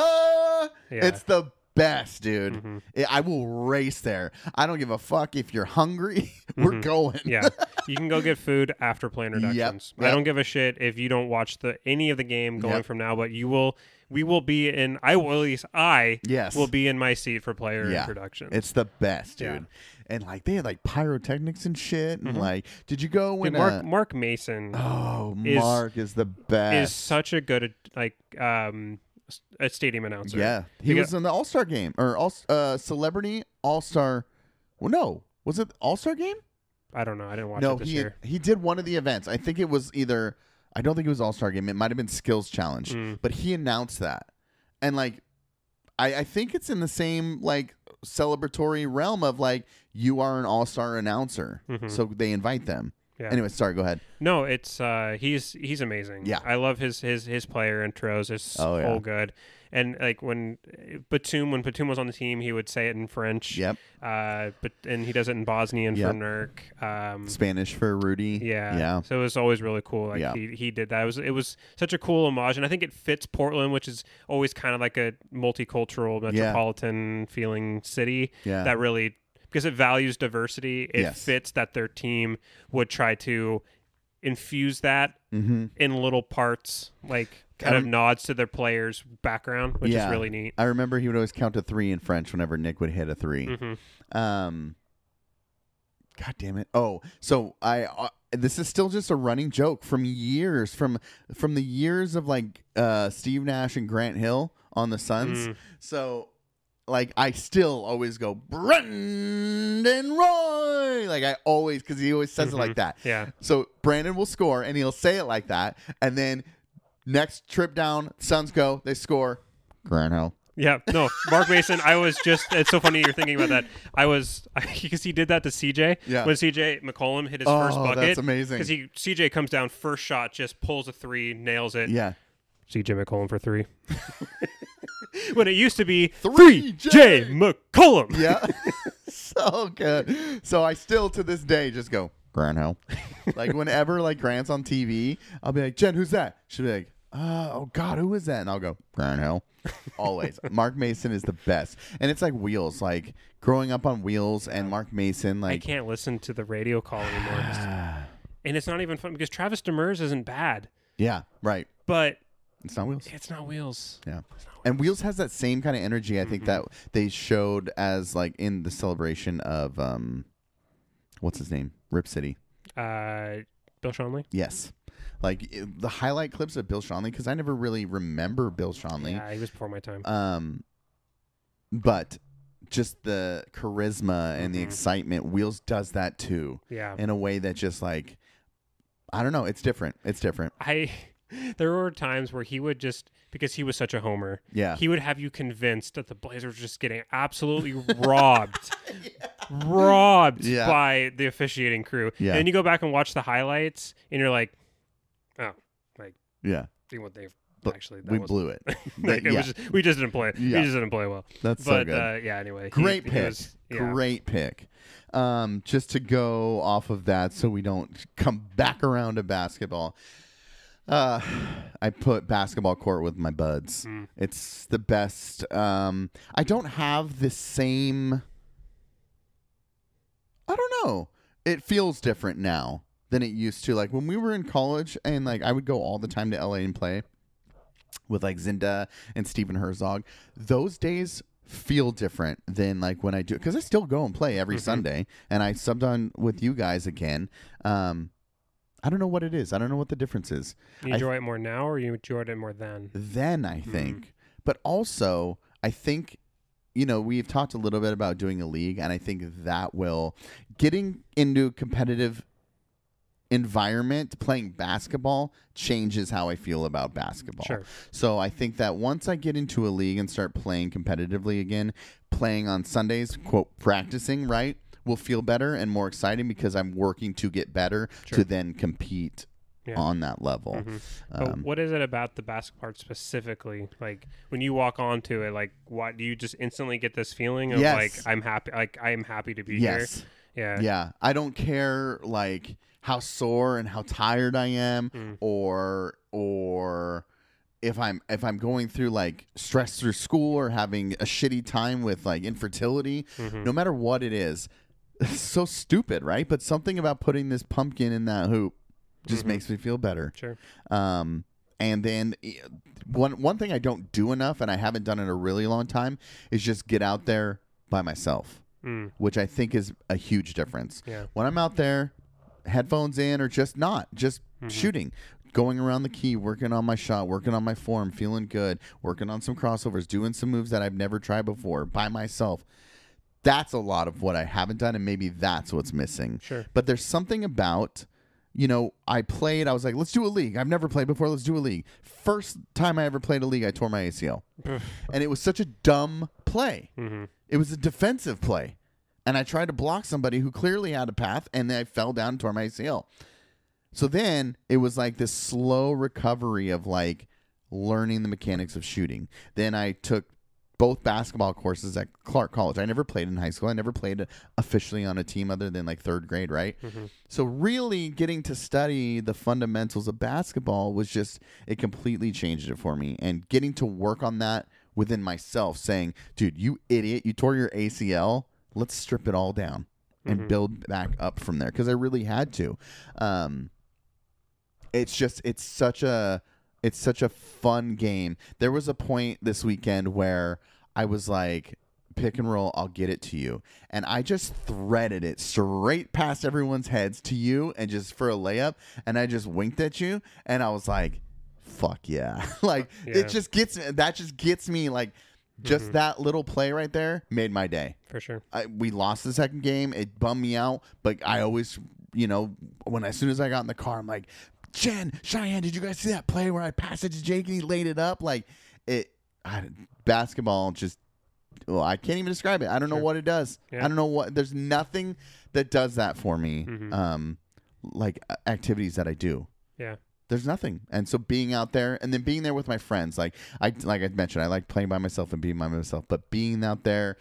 A: Yeah. Mm-hmm.
B: It's the best, dude. I I will race there. I don't give a fuck if you're hungry. We're going.
A: Mm-hmm. yeah. You can go get food after player introductions. I
B: yep.
A: don't give a shit if you don't watch the any of the game going
B: Yep.
A: from now, but you will we will be in I will at least I
B: Yes.
A: will be in my seat for player
B: Yeah.
A: introductions.
B: It's the best, dude.
A: Yeah. Mm-hmm.
B: And like they had like pyrotechnics and shit. And like, did you go when
A: Dude, Mark
B: uh,
A: Mark Mason
B: Oh,
A: is-
B: Mark is the
A: is
B: best.
A: such a good like um s- a stadium announcer.
B: yeah, he
A: Because-
B: was in the All Star game or all uh, celebrity All Star. Well, no, was it All Star game?
A: I don't know. I didn't watch
B: no,
A: it this
B: he
A: year.
B: he did one of the events. I think it was either I don't think it was All Star Game. It might have been Skills Challenge,
A: Mm.
B: but he announced that, and like, I I think it's in the same like celebratory realm of like you are an All Star announcer,
A: Mhm.
B: so they invite them.
A: Yeah.
B: Anyway, sorry. Go ahead.
A: No, it's uh, he's he's amazing.
B: Yeah.
A: I love his his his player intros. It's
B: Oh,
A: so
B: yeah.
A: good. And like when eh, Batum when Batum was on the team, he would say it in French.
B: Yep.
A: Uh, but and he does it in Bosnian
B: Yep.
A: for Nurk. Um,
B: Spanish for Rudy.
A: yeah.
B: Yeah.
A: So it was always really cool. Like
B: Yeah.
A: he, he did that. It was it was such a cool homage, and I think it fits Portland, which is always kind of like a multicultural metropolitan feeling city.
B: Yeah.
A: That really because it values diversity. It
B: Yes.
A: fits that their team would try to infuse that
B: Mm-hmm.
A: in little parts, like kind of
B: Um,
A: nods to their players' background, which
B: yeah.
A: is really neat.
B: I remember he would always count to three in French whenever Nick would hit a 3
A: hmm
B: Um, God damn it! Oh, so I uh, this is still just a running joke from years from from the years of like uh, Steve Nash and Grant Hill on the Suns.
A: Mm.
B: So like I still always go Brendan Roy. Like I always because he always says it like that.
A: Yeah.
B: So Brandon will score and he'll say it like that, and then next trip down, Suns go, they score. Grant Hill.
A: Yeah, no, Mark Mason. I was just—it's so funny you're thinking about that. I was because he did that to CJ.
B: Yeah.
A: When CJ McCollum hit his
B: Oh,
A: first bucket,
B: that's amazing.
A: Because he CJ comes down first shot, just pulls a three, nails it.
B: Yeah.
A: CJ McCollum for three. when it used to be
B: Three J.
A: J McCollum.
B: Yeah. so good. So I still to this day just go, Grant Hill. like whenever like Grant's on TV, I'll be like, Jen, who's that? She'll be like, uh, oh God, who is that? And I'll go, Grant Hill. Always. Mark Mason is the best. And it's like wheels, like growing up on wheels and Mark Mason,
A: I
B: like
A: can't Ah. listen to the radio call anymore, It's- and it's not even fun because Travis Demers isn't bad,
B: Yeah, right.
A: but
B: It's not wheels.
A: it's not Wheels.
B: Yeah. And Wheels has that same kind of energy I think that
A: Mm-hmm.
B: they showed as like in the celebration of um what's his name? Rip City.
A: Uh, Bill Shanley.
B: Yes. Like i- the highlight clips of Bill Shanley cuz I never really remember Bill Shanley.
A: Yeah, he was before my time.
B: Um but just the charisma and the
A: Mhm.
B: excitement Wheels does that too
A: yeah.
B: in a way that just like I don't know, it's different. It's different.
A: I there were times where he would just because he was such a homer,
B: Yeah.
A: he would have you convinced that the Blazers were just getting absolutely robbed. Robbed
B: Yeah.
A: by the officiating crew.
B: Yeah.
A: And then you go back and watch the highlights and you're like, Oh,
B: yeah.
A: you know what they've
B: But
A: actually that
B: We
A: was,
B: blew it.
A: like, it
B: yeah.
A: was just, we just didn't play
B: Yeah.
A: we just didn't play well.
B: That's so
A: but
B: good.
A: uh yeah, anyway. he-
B: Great
A: he
B: pick.
A: was- yeah.
B: Great pick. Um, just to go off of that, so we don't come back around to basketball. Uh, I put basketball court with my buds.
A: Mm.
B: It's the best. Um, I don't have the same. I don't know. It feels different now than it used to. Like when we were in college, and like I would go all the time to LA and play with like Zinda and Stephen Herzog. Those days feel different than like when I do because I still go and play every Sunday, and I subbed on with you guys again. Um, I don't know what it is. I don't know what the difference is.
A: You
B: I-
A: enjoy it more now or you enjoyed it more then?
B: Then I
A: Mm-hmm.
B: think, but also I think. You know, we've talked a little bit about doing a league, and I think that will getting into competitive environment playing basketball changes how I feel about basketball.
A: Sure.
B: So I think that once I get into a league and start playing competitively again, playing on Sundays, quote, practicing, right, will feel better and more exciting because I'm working to get better
A: Sure.
B: to then
A: Yeah.
B: compete
A: Mm-hmm. Oh,
B: on that level.
A: But
B: Um,
A: what is it about the basketball part specifically? Like when you walk onto it, like what do you just instantly get this feeling of
B: Yes.
A: like I'm happy, like I am happy to be
B: yes.
A: here. Yeah.
B: Yeah. I don't care like how sore and how tired I am
A: Mm.
B: or or if I'm if I'm going through like stress through school or having a shitty time with like infertility,
A: Mhm.
B: no matter what it is, so stupid, right? But something about putting this pumpkin in that hoop just
A: Mhm.
B: makes me feel better.
A: Sure.
B: Um, and then eh, one one thing I don't do enough, and I haven't done in a really long time, is just get out there by myself,
A: Mm.
B: which I think is a huge difference.
A: Yeah.
B: When I'm out there, headphones in or just not, just shooting, going around the key, working on my shot, working on my form, feeling good, working on some crossovers, doing some moves that I've never tried before by myself. That's a lot of what I haven't done, and maybe that's what's missing.
A: Sure.
B: But there's something about, you know, I played, I was like, let's do a league. I've never played before, let's do a league. First time I ever played a league, I tore my ACL. and it was such a dumb play.
A: hmm
B: It was a defensive play. And I tried to block somebody who clearly had a path, and then I fell down and tore my ACL. So then it was like this slow recovery of like learning the mechanics of shooting. Then I took both basketball courses at Clark College. I never played in high school. I never played officially on a team other than like third grade, right? So really getting to study the fundamentals of basketball was just it completely changed it for me and getting to work on that within myself saying, "Dude, you idiot, you tore your ACL. Let's strip it all down and build back up from there because I really had to." Um it's just it's such a it's such a fun game. There was a point this weekend where I was like pick and roll, I'll get it to you. And I just threaded it straight past everyone's heads to you and just for a layup and I just winked at you and I was like fuck yeah. like
A: Yeah.
B: it just gets that just gets me like just that little play right there made my day.
A: for sure.
B: I, we lost the second game. It bummed me out, but I always, you know, when as soon as I got in the car, I'm like, Jen, Cheyenne, did you guys see that play where I passed it to Jake and he laid it up? Like, it, I, basketball just, well, I can't even describe it. I don't know
A: Sure.
B: what it does.
A: Yeah.
B: I don't know what. There's nothing that does that for me.
A: Mhm.
B: Um, like uh, activities that I do.
A: Yeah.
B: There's nothing, and so being out there, and then being there with my friends, like I like I mentioned, I like playing by myself and being by myself. But being out there,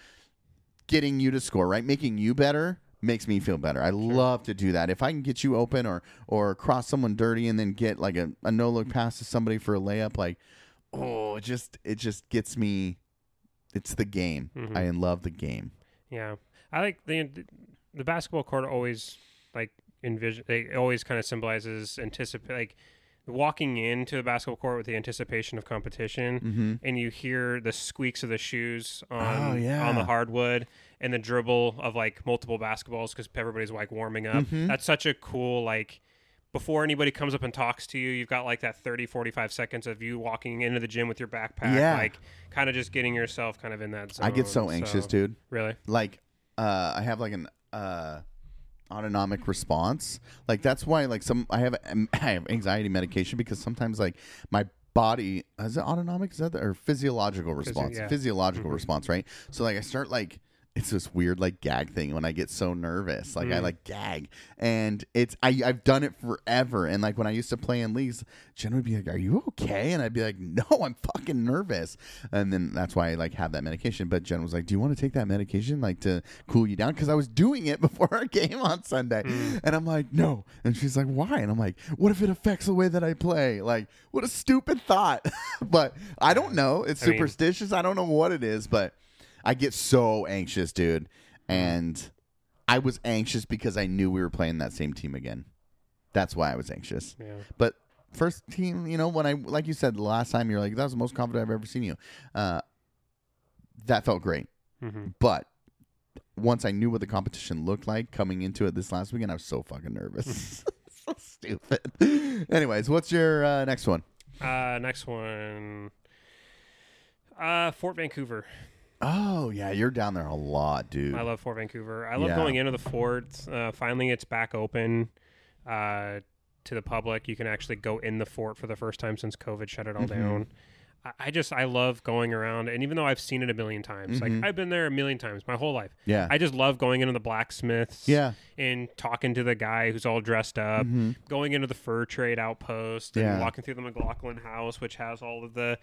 B: getting you to score, right? Making you better makes me feel better. I love to do that. If I can get you open or or cross someone dirty and then get like a, a no look pass to somebody for a layup, like oh, it just it just gets me. It's the game.
A: Mhm.
B: I love the game.
A: Yeah, I like the the basketball court always like envision. It always kind of symbolizes anticipate like walking into the basketball court with the anticipation of competition.
B: Mm-hmm.
A: And you hear the squeaks of the shoes on
B: Oh, yeah.
A: on the hardwood and the dribble of like multiple basketballs because everybody's like warming up.
B: Mhm.
A: That's such a cool like before anybody comes up and talks to you, you've got like that 30 45 seconds of you walking into the gym with your backpack
B: Yeah.
A: like kind of just getting yourself kind of in that zone.
B: I get so anxious, dude.
A: Really?
B: like uh i have like an uh autonomic response like that's why like some i have um, i have anxiety medication because sometimes like my body is it autonomic is that the, or physiological response
A: yeah. Mm-hmm.
B: physiological response right so like i start like it's this weird like gag thing when i get so nervous like
A: Mm.
B: i like gag and it's I, i've done it forever and like when i used to play in leagues jen would be like are you okay and i'd be like no i'm fucking nervous and then that's why i like have that medication but jen was like do you want to take that medication like to cool you down because i was doing it before our game on sunday
A: Mm.
B: and i'm like no and she's like why and i'm like what if it affects the way that i play like what a stupid thought but i don't know it's
A: I mean-
B: superstitious i don't know what it is but I get so anxious, dude. And I was anxious because I knew we were playing that same team again. That's why I was anxious.
A: Yeah.
B: But first team, you know, when I like you said the last time, you're like that was the most confident I've ever seen you. Uh, that felt great.
A: Mm-hmm.
B: But once I knew what the competition looked like coming into it this last weekend, I was so fucking nervous. so stupid. Anyways, what's your uh, next one?
A: Uh, next one. Uh, Fort Vancouver.
B: Oh yeah, you're down there a lot, dude.
A: I love Fort Vancouver. I love
B: Yeah.
A: going into the fort. Uh, finally, it's back open uh, to the public. You can actually go in the fort for the first time since COVID shut it all
B: Mm-hmm.
A: down. I, I just I love going around, and even though I've seen it a million times,
B: Mhm.
A: like I've been there a million times my whole life.
B: yeah,
A: I just love going into the blacksmiths.
B: yeah.
A: and talking to the guy who's all dressed up,
B: Mhm.
A: going into the fur trade outpost, and
B: Yeah.
A: walking through the McLaughlin house, which has all of the,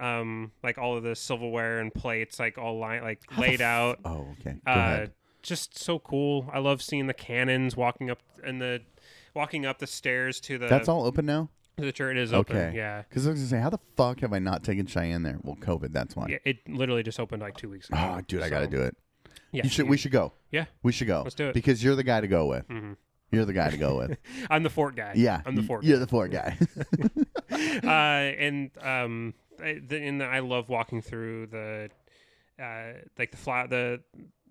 A: um, like all of the silverware and plates, like all line, like
B: How the
A: laid
B: f-
A: out.
B: Oh, okay. Go
A: Uh,
B: ahead.
A: just so cool. I love seeing the cannons walking up and the, walking up the stairs to the.
B: That's all open now.
A: to The church It is open.
B: Okay.
A: Yeah.
B: Because I was gonna say, how the fuck have I not taken Cheyenne there? Well, COVID, that's why.
A: Yeah, it literally just opened like two weeks ago.
B: Oh, dude, I gotta
A: So,
B: do it.
A: Yeah,
B: you should. We should go.
A: Yeah.
B: We should go.
A: Let's do it.
B: Because you're the guy to go with.
A: Mhm.
B: You're the guy to go with.
A: I'm the fort guy.
B: Yeah.
A: I'm the
B: y-
A: fort.
B: You're the fort guy.
A: uh, and um, I, the, and I love walking through the, uh, like the fly, the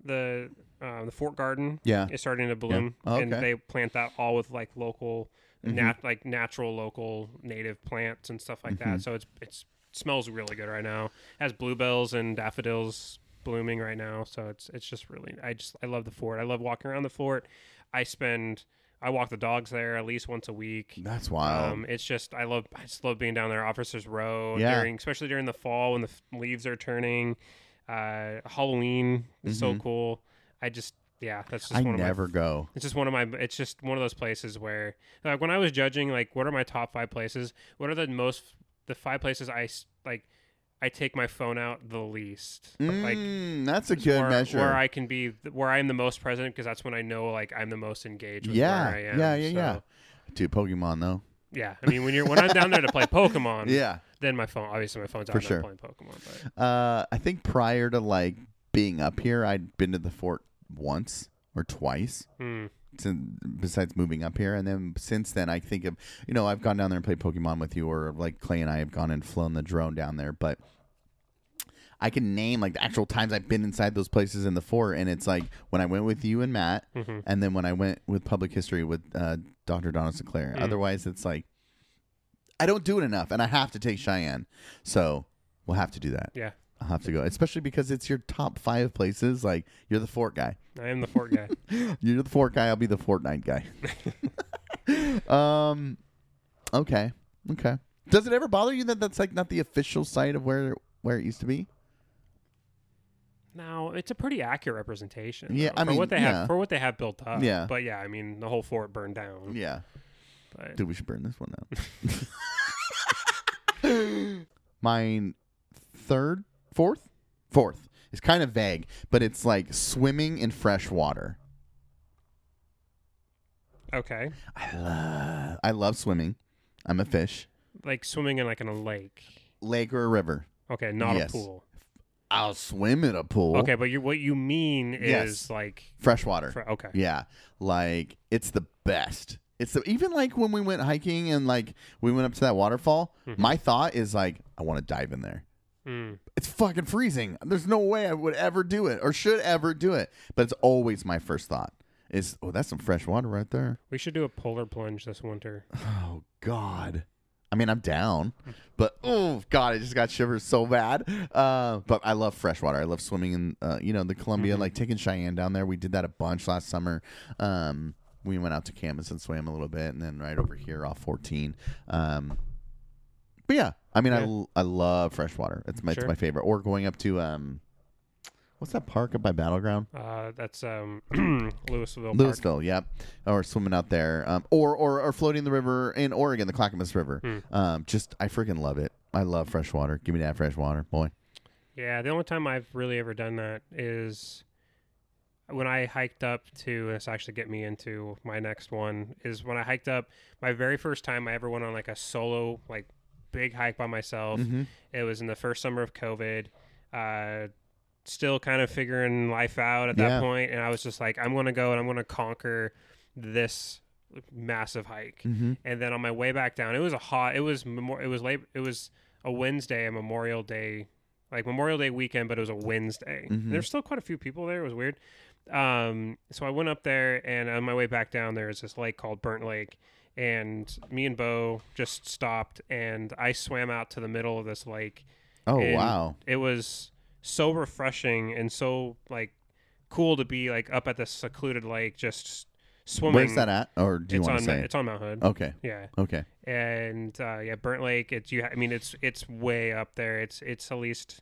A: the uh, the fort garden.
B: yeah.
A: is starting to bloom,
B: Oh,
A: and
B: okay.
A: they plant that all with like local,
B: Mhm.
A: nat- like natural local native plants and stuff like
B: Mm-hmm.
A: that. So it's it's it smells really good right now. has bluebells and daffodils blooming right now. So it's it's just really I just I love the fort. I love walking around the fort. I spend I walk the dogs there at least once a week.
B: That's wild.
A: Um, it's just I love I just love being down there, Officers Row,
B: Yeah.
A: during especially during the fall when the f- leaves are turning. Uh, Halloween is so cool. I just yeah, that's just
B: Mm-hmm. I
A: one of
B: never
A: my.
B: go.
A: It's just one of my. It's just one of those places where like when I was judging, like what are my top five places? What are the most the five places I s- like? I take my phone out the least. Like
B: Mm, that's a good
A: where,
B: measure.
A: where I can be, where I am the most present, because that's when I know like I'm the most engaged. With
B: yeah.
A: where I am.
B: yeah. Yeah. Yeah.
A: So,
B: Dude, Pokemon though.
A: yeah. I mean, when you're when I'm down there to play Pokemon,
B: Yeah.
A: then my phone obviously my phone's out
B: For
A: there
B: sure.
A: playing Pokemon. But
B: Uh, I think prior to like being up here, I'd been to the fort once or twice.
A: Hmm.
B: sin- besides moving up here. And then since then, I think of you know I've gone down there and played Pokemon with you, or like Clay and I have gone and flown the drone down there, but. I can name like the actual times I've been inside those places in the fort, and it's like when I went with you and Matt,
A: mm-hmm,
B: and then when I went with public history with uh, Dr. Donna Sinclair. Otherwise, it's like I don't do it enough, and I have to take Cheyenne. So we'll have to do that.
A: Yeah,
B: I'll have to go, especially because it's your top five places. Like you're the fort guy.
A: I am the fort guy.
B: You're the fort guy. I'll be the Fortnite guy. um, okay, okay. Does it ever bother you that that's like not the official site of where where it used to be?
A: No, it's a pretty accurate representation.
B: Yeah,
A: though,
B: I
A: for
B: mean,
A: what they
B: yeah.
A: have for what they have built up.
B: Yeah.
A: but yeah, I mean, the whole fort burned down.
B: Yeah.
A: But
B: Dude, we should burn this one out. Mine third, fourth, fourth. It's kind of vague, but it's like swimming in fresh water.
A: okay,
B: I love, I love swimming. I'm a fish.
A: like swimming in like in a lake.
B: Lake or a river.
A: Okay, not
B: Yes.
A: a pool.
B: I'll swim in a pool.
A: Okay, but you what you mean is
B: Yes.
A: like
B: Fresh water.
A: fr- okay,
B: Yeah, like it's the best. It's the even like when we went hiking and like we went up to that waterfall. My thought is like, I want to dive in there.
A: Mm.
B: It's fucking freezing. There's no way I would ever do it or should ever do it. But it's always my first thought is, oh, that's some fresh water right there.
A: we should do a polar plunge this winter.
B: Oh God. I mean, I'm down, but oh God, I just got shivers so bad. Uh, but I love freshwater. I love swimming in, uh, you know, the Columbia,
A: Mm-hmm.
B: like taking Cheyenne down there. We did that a bunch last summer. Um, we went out to Camas and swam a little bit, and then right over here off 14. Um, but yeah, I mean, I
A: Yeah.
B: l I I, love freshwater. It's my it's
A: Sure.
B: my favorite. Or going up to um, what's that park up by Battleground?
A: Uh, that's um Louisville. Park.
B: Louisville, yep, or swimming out there, um, or, or or floating the river in Oregon, the Clackamas River.
A: Hmm.
B: Um, just I freaking love it. I love fresh water. Give me that fresh water, boy.
A: Yeah, the only time I've really ever done that is when I hiked up to this actually get me into my next one is when I hiked up my very first time I ever went on like a solo like big hike by myself.
B: Mm-hmm.
A: It was in the first summer of COVID. Uh still kind of figuring life out at
B: Yeah.
A: that point and I was just like I'm going to go and I'm going to conquer this massive hike.
B: mm-hmm.
A: And then on my way back down, it was a hot it was memor- it was late it was a Wednesday, a Memorial Day like Memorial Day weekend, but it was a Wednesday.
B: Mhm.
A: There's still quite a few people there. It was weird. Um, so I went up there, and on my way back down, there is this lake called Burnt Lake, and me and Bo just stopped, and I swam out to the middle of this lake.
B: Oh
A: And
B: wow,
A: It was so refreshing and so like cool to be like up at this secluded lake, just swimming.
B: where's that at? Or do you
A: it's
B: want
A: on
B: to say? Oh.
A: it's on Mount Hood.
B: okay,
A: Yeah
B: okay,
A: and uh, yeah, Burnt Lake. It's you. ha- I mean, it's it's way up there. It's it's at least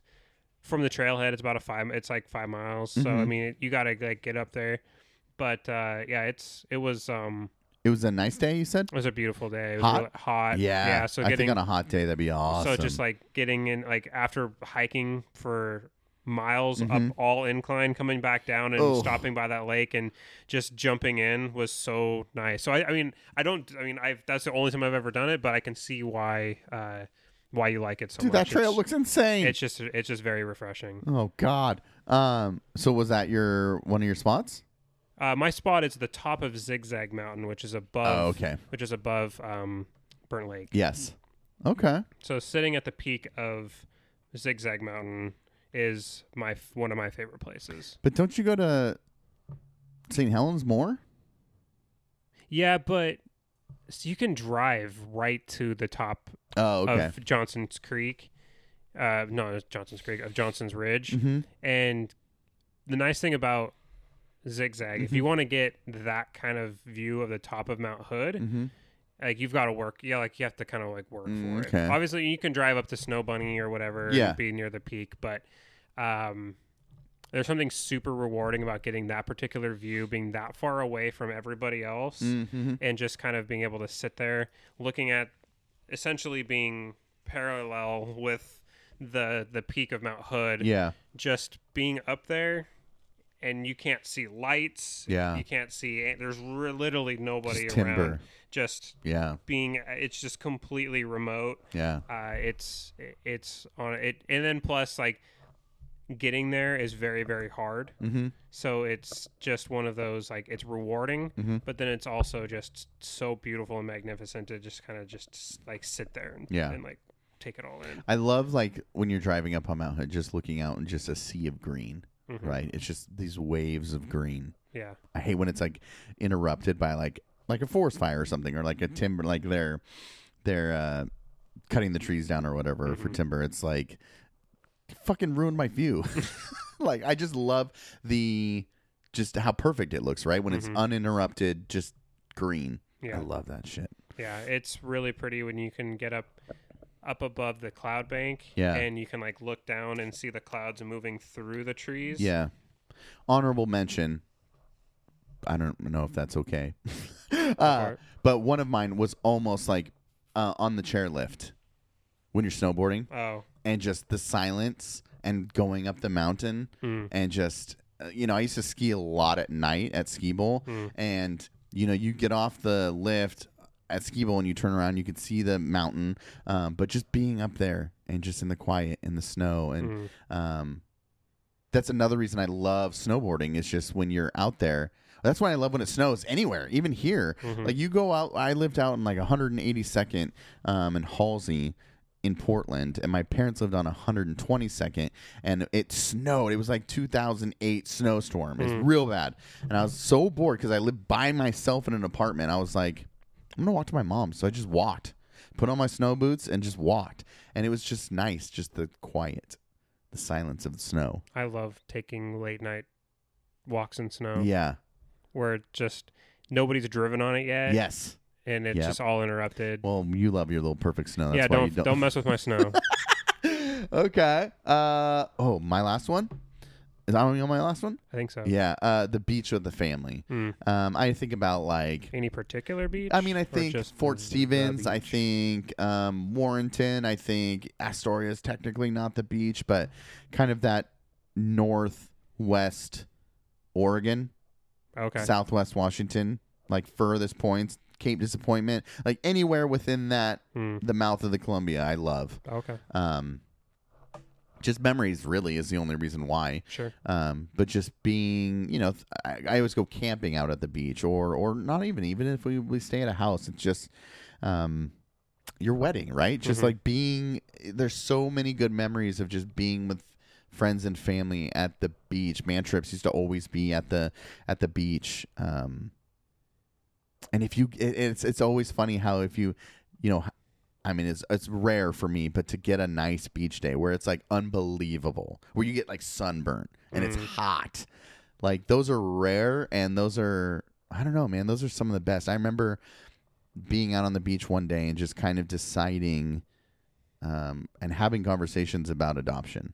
A: from the trailhead. It's about a five. It's like five miles. So I
B: Mhm.
A: mean, it, you gotta like get up there. But uh, yeah, it's it was um
B: it was a nice day. You said,
A: it was a beautiful day. It was
B: Hot?
A: really hot.
B: yeah,
A: Yeah. So
B: I think
A: getting
B: on a hot day that'd be awesome.
A: so just like getting in like after hiking for miles
B: Mhm.
A: up all incline coming back down and
B: Oh.
A: stopping by that lake and just jumping in was so nice so i, I mean i don't i mean i've that's the only time i've ever done it but i can see why uh why you like it so
B: dude,
A: much
B: that trail
A: it's,
B: looks insane.
A: it's just it's just very refreshing
B: oh God. Um, so was that your one of your spots?
A: uh my spot is the top of zigzag mountain which is above
B: Oh, okay.
A: which is above um burnt lake
B: Yes. Okay.
A: so sitting at the peak of zigzag mountain is my f- one of my favorite places
B: But don't you go to St. Helens more?
A: Yeah, but so you can drive right to the top
B: Oh, okay.
A: of Johnson's Creek. Uh, no, it's Johnson's Creek of Johnson's Ridge.
B: mm-hmm.
A: And the nice thing about zigzag, if you
B: Mm-hmm.
A: want to get that kind of view of the top of Mount Hood,
B: Mm-hmm.
A: like you've got to work. Yeah, like you have to kind of like work
B: Mm,
A: for
B: okay.
A: it. Obviously, you can drive up to Snow Bunny or whatever.
B: Yeah.
A: and be near the peak, but um, there's something super rewarding about getting that particular view, being that far away from everybody else
B: Mm-hmm.
A: and just kind of being able to sit there looking at essentially being parallel with the the peak of Mount Hood
B: Yeah.
A: just being up there and you can't see lights
B: Yeah.
A: you can't see there's re- literally nobody
B: Just
A: around
B: timber.
A: just
B: Yeah.
A: being it's just completely remote
B: Yeah.
A: uh, it's it's on it and then plus like getting there is very very hard.
B: Mm-hmm.
A: So it's just one of those like it's rewarding,
B: Mhm.
A: but then it's also just so beautiful and magnificent to just kind of just like sit there and,
B: Yeah.
A: and like take it all in.
B: I love like when you're driving up on Mount Hood, just looking out and just a sea of green.
A: Mhm.
B: Right? It's just these waves
A: Mm-hmm.
B: of green.
A: Yeah.
B: I hate when it's like interrupted by like like a forest fire or something or like
A: Mm-hmm.
B: a timber like they're they're uh cutting the trees down or whatever
A: Mm-hmm.
B: for timber. It's like fucking ruined my view. like I just love the just how perfect it looks, right? When it's uninterrupted, just green.
A: Mm-hmm. Yeah.
B: I love that shit.
A: Yeah, it's really pretty when you can get up up above the cloud bank
B: Yeah.
A: and you can like look down and see the clouds moving through the trees.
B: Yeah. Honorable mention. I don't know if that's okay. uh,
A: it.
B: but one of mine was almost like uh, on the chairlift when you're snowboarding
A: Oh.
B: and just the silence and going up the mountain
A: Mm.
B: and just, uh, you know, I used to ski a lot at night at Ski Bowl
A: Mm.
B: and, you know, you get off the lift at Ski Bowl and you turn around, you could see the mountain. Um, but just being up there and just in the quiet, in the snow and
A: Mm.
B: um, that's another reason I love snowboarding is just when you're out there. That's why I love when it snows anywhere, even here.
A: Mhm.
B: Like you go out, I lived out in like 182nd um, in Halsey in Portland, and my parents lived on 122nd, and it snowed. It was like 2008 snowstorm.
A: Hmm.
B: It's real bad, and I was so bored because I lived by myself in an apartment. I was like, I'm gonna walk to my mom, so I just walked, put on my snow boots, and just walked, and it was just nice, just the quiet the silence of the snow.
A: I love taking late night walks in snow
B: Yeah.
A: where it just nobody's driven on it yet
B: Yes.
A: and it's
B: Yep.
A: just all interrupted.
B: Well, you love your little perfect snow. That's
A: yeah,
B: why
A: don't,
B: you
A: don't mess with my snow.
B: okay. Uh oh, my last one. Is that on my last one?
A: I think so.
B: Yeah. Uh, the beach with the family.
A: Mm.
B: Um, I think about like.
A: Any particular beach?
B: I mean, I
A: or
B: think
A: just
B: Fort
A: the
B: Stevens. I
A: beach?
B: think um, Warrenton. I think Astoria is technically not the beach, but kind of that northwest Oregon
A: Okay.
B: Southwest Washington, like furthest points, Cape Disappointment, like anywhere within that
A: Mm.
B: the mouth of the Columbia, I love.
A: Okay.
B: Um, just memories really is the only reason why.
A: Sure.
B: Um, but just being, you know, th- I, I always go camping out at the beach, or or not even even if we, we stay at a house, it's just, um, your wedding, right? Just
A: Mhm.
B: like being. There's so many good memories of just being with friends and family at the beach. Man trips used to always be at the at the beach. Um, and if you, it, it's it's always funny how if you, you know. I mean, it's it's rare for me, but to get a nice beach day where it's like unbelievable, where you get like sunburn and it's
A: Mm.
B: hot, like those are rare, and those are I don't know, man, those are some of the best. I remember being out on the beach one day and just kind of deciding, um, and having conversations about adoption.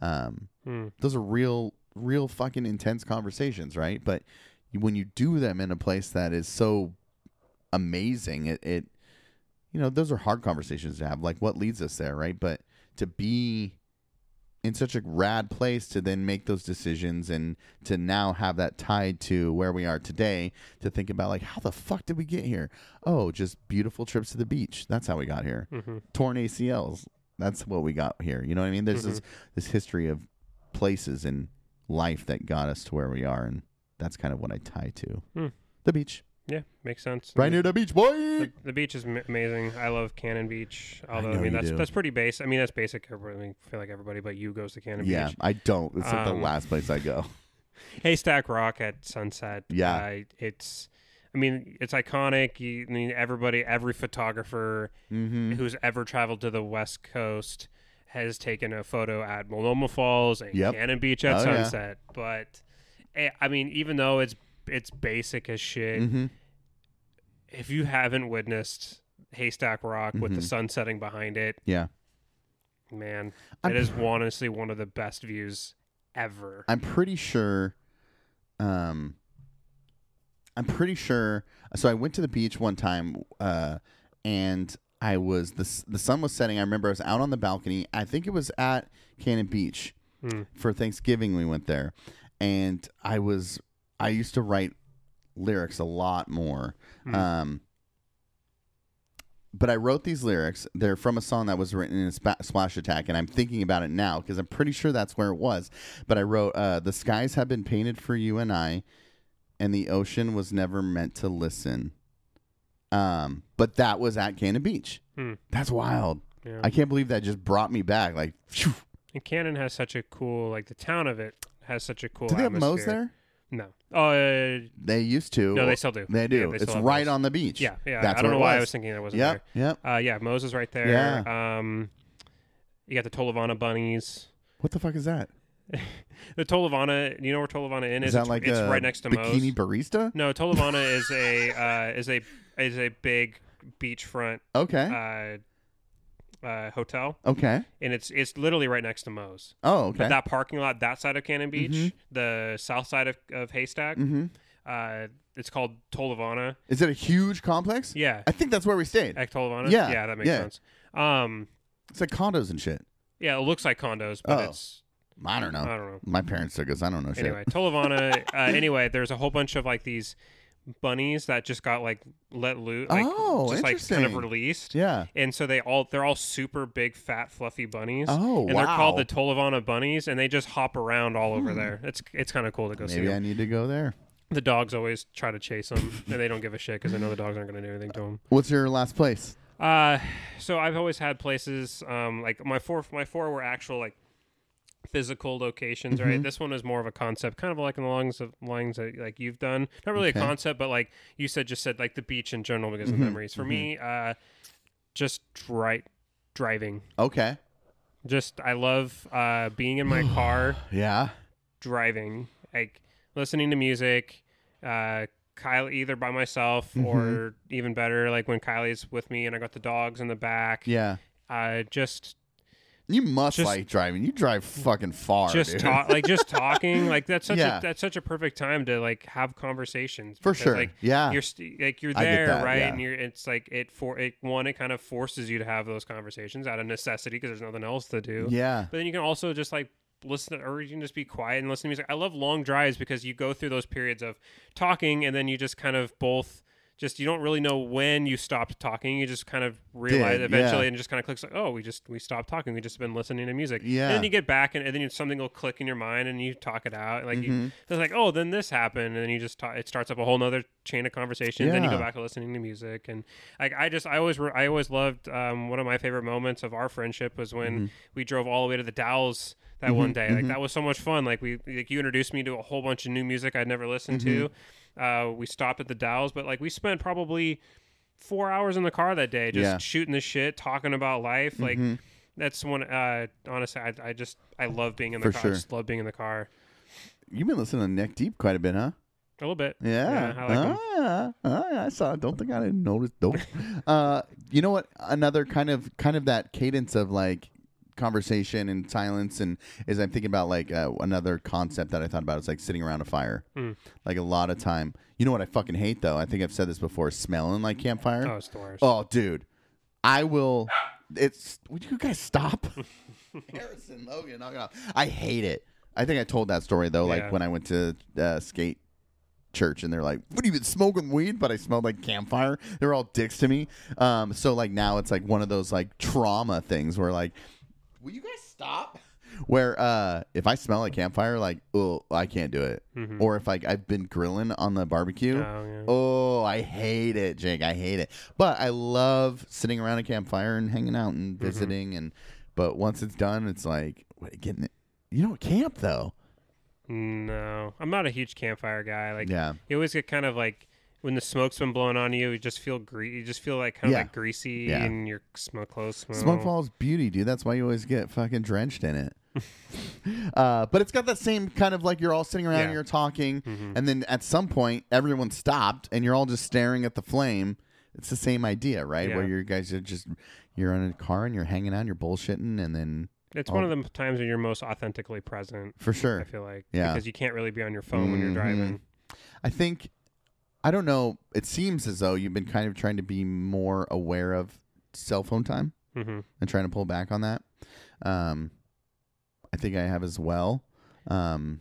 B: Um,
A: Mm.
B: those are real, real fucking intense conversations, right? But you- when you do them in a place that is so amazing, it, it you know, those are hard conversations to have. Like, what leads us there, right? But to be in such a rad place to then make those decisions and to now have that tied to where we are today to think about like how the fuck did we get here oh just beautiful trips to the beach that's how we got here
A: hmm
B: torn ACLs. That's what we got here. You know what I mean? There's this
A: Mm-hmm.
B: this history of places and life that got us to where we are, and that's kind of what I tie to
A: Hmm.
B: the beach.
A: Yeah, makes sense.
B: Right near the beach, boy.
A: The, the beach is m- amazing. I love Cannon Beach. Although I,
B: know
A: mean
B: you
A: that's
B: do.
A: that's pretty base. I mean that's basic. Everybody, I mean, I feel like everybody but you goes to Cannon
B: yeah,
A: Beach.
B: I don't. It's like the
A: Um,
B: last place I go.
A: Haystack Rock at sunset.
B: Yeah.
A: uh, it's. I mean, it's iconic. You, I mean, everybody, every photographer
B: Mm-hmm.
A: who's ever traveled to the West Coast has taken a photo at Maloma Falls and
B: Yep.
A: Cannon Beach at
B: Oh, yeah.
A: sunset. But eh, I mean, even though it's it's basic as shit,
B: Mm-hmm.
A: if you haven't witnessed Haystack Rock with the
B: Mhm.
A: sun setting behind it,
B: Yeah,
A: Man,
B: I'm
A: it is honestly one of the best views ever.
B: I'm pretty sure. Um, I'm pretty sure. So I went to the beach one time, uh, and I was the s- the sun was setting. I remember I was out on the balcony. I think it was at Cannon Beach,
A: Mm.
B: for Thanksgiving we went there and I was I used to write lyrics a lot more.
A: Hmm.
B: Um but I wrote these lyrics. They're from a song that was written in a spa- Splash Attack, and I'm thinking about it now because I'm pretty sure that's where it was. But I wrote, uh, "The skies have been painted for you and I, and the ocean was never meant to listen." Um, but that was at Cannon Beach.
A: Hmm.
B: That's wild.
A: Yeah.
B: I can't believe that just brought me back. Like, phew.
A: And Cannon has such a cool, like the town of it has such a cool.
B: do they have
A: Oh, atmosphere.
B: Moe's there?
A: No. Oh, uh,
B: They used to.
A: No, they still do.
B: They do.
A: Yeah, they still
B: it's
A: have
B: right
A: Moe's.
B: on the beach.
A: yeah, yeah.
B: That's
A: I don't know
B: where it
A: why I
B: was.
A: was thinking it wasn't
B: Yep. Yep.
A: there. Uh, yeah, Moe's is right there. Um, you got the Tolavana bunnies.
B: What the fuck is that?
A: The Tolavana, you know where Tolavana Inn is?
B: that
A: it's,
B: like
A: it's
B: a
A: right next to Moe's. Uh,
B: bikini barista?
A: No, Tolavana is a uh, is a is a big beachfront
B: Okay.
A: uh, uh, hotel,
B: okay.
A: and it's it's literally right next to Moe's.
B: Oh, okay.
A: But that parking lot, that side of Cannon Beach,
B: Mhm.
A: the south side of, of Haystack,
B: mm-hmm.
A: uh, it's called Tolavana.
B: Is it a huge complex?
A: Yeah,
B: I think that's where we stayed.
A: at Tolavana.
B: Yeah,
A: yeah, that makes
B: yeah.
A: sense. Um,
B: It's like condos and shit.
A: yeah, it looks like condos, but
B: Oh.
A: it's
B: I don't know.
A: I don't know.
B: My parents took us. I don't know shit.
A: Anyway, Tolavana. uh, anyway, there's a whole bunch of like these bunnies that just got like let loose, like,
B: Oh,
A: just like kind of
B: interesting.
A: released.
B: Yeah.
A: And so they all they're all super big, fat, fluffy bunnies.
B: Oh,
A: and
B: wow. Hmm.
A: they're called the Tolavana bunnies, and they just hop around all over there. It's it's kind of cool to go see.
B: Maybe I
A: Them.
B: need to go there.
A: The dogs always try to chase them, and they don't give a shit because they know the dogs aren't going to do anything to them.
B: What's your last place?
A: Uh, so I've always had places um, like my four my four were actual like physical locations, right? This one is more of a concept, kind of like in the lines of lines that like you've done. Not really
B: Okay.
A: a concept, but like you said, just said like the beach in general because
B: Mhm,
A: of memories. For me, uh, just dri- driving.
B: Okay.
A: Just I love uh, being in my car
B: Yeah.
A: driving, like listening to music, uh, Kyle either by myself or even better, like when Kylie's with me and I got the dogs in the back.
B: Yeah.
A: Uh, just
B: You must
A: Just-
B: like driving. You drive fucking far.
A: just
B: dude.
A: talk, like just talking, like that's such
B: Yeah.
A: a that's such a perfect time to like have conversations
B: For
A: because,
B: sure.
A: Like
B: yeah.
A: you're st- like you're
B: I get
A: there,
B: that,
A: right?
B: yeah.
A: And you're it's like it for it one it kind of forces you to have those conversations out of necessity because there's nothing else to do.
B: Yeah.
A: But then you can also just like listen or you can just be quiet and listen to music. I love long drives because you go through those periods of talking and then you just kind of both just you don't really know when you stopped talking. You just kind of realize
B: Did,
A: eventually
B: yeah.
A: and just kind of clicks like, oh, we just we stopped talking. We just been listening to music. And
B: Yeah.
A: then you get back and, and then you, something will click in your mind and you talk it out. Like you,
B: Mhm.
A: it's like, oh, then this happened, and then you just talk, it starts up a whole nother chain of conversation. Then you go
B: Yeah.
A: back to listening to music, and like I just I always re- I always loved um, one of my favorite moments of our friendship was when
B: Mm-hmm.
A: we drove all the way to the Dalles that one day. Like that was so much fun. Like we like you introduced me to a whole bunch of new music I'd never listened to.
B: Mm-hmm.
A: Uh, we stopped at the Dalles, but like we spent probably four hours in the car that day just
B: Yeah. Mm-hmm.
A: shooting the shit, talking about life, like. That's one. Uh, honestly, I, I just I love being in the
B: For
A: car.
B: sure.
A: I just love being in the car.
B: You've been listening to Neck Deep quite a bit, huh?
A: A little bit.
B: Yeah.
A: I like 'em.
B: ah, ah, I saw. it. Don't think I didn't notice. Though. uh, you know what? Another kind of kind of that cadence of like conversation and silence, and is I'm thinking about like uh, another concept that I thought about. It's like sitting around a fire,
A: Hmm.
B: like a lot of time. You know what I fucking hate though? I think I've said this before. Smelling like campfire.
A: Oh, it's the worst.
B: Oh, dude, I will. It's would you guys stop? Harrison Logan, knock it off. I hate it. I think I told that story though, like
A: Yeah.
B: when I went to uh, skate church and they're like, "What are you been smoking weed?" But I smelled like campfire. They were all dicks to me. Um, so like now it's like one of those like trauma things where like, will you guys stop? Where uh, if I smell like campfire, like oh, I can't do it.
A: Mhm.
B: Or if like I've been grilling on the barbecue,
A: Oh, yeah.
B: Oh, I hate it, Jake. I hate it. But I love sitting around a campfire and hanging out and
A: Mm-hmm.
B: visiting. And but once it's done, it's like wait, getting it. You don't camp though.
A: No, I'm not a huge campfire guy. Like
B: Yeah.
A: you always get kind of like when the smoke's been blowing on you, you just feel gre- you just feel like kind of
B: Yeah.
A: like greasy
B: Yeah.
A: and your smoke clothes smell.
B: Smoke Falls beauty, dude. That's why you always get fucking drenched in it. uh, but it's got that same kind of like you're all sitting around
A: Yeah. Mm-hmm.
B: and you're talking, and then at some point everyone stopped and you're all just staring at the flame. It's the same idea, right? Where
A: Yeah.
B: you guys are just you're in a car and you're hanging out, and you're bullshitting, and then
A: It's one of the times when you're most authentically present.
B: for sure,
A: I feel like
B: Yeah.
A: because you can't really be on your phone when you're
B: Mhm.
A: driving.
B: I think I don't know. It seems as though you've been kind of trying to be more aware of cell phone time
A: hmm
B: and trying to pull back on that. Um, I think I have as well. Um,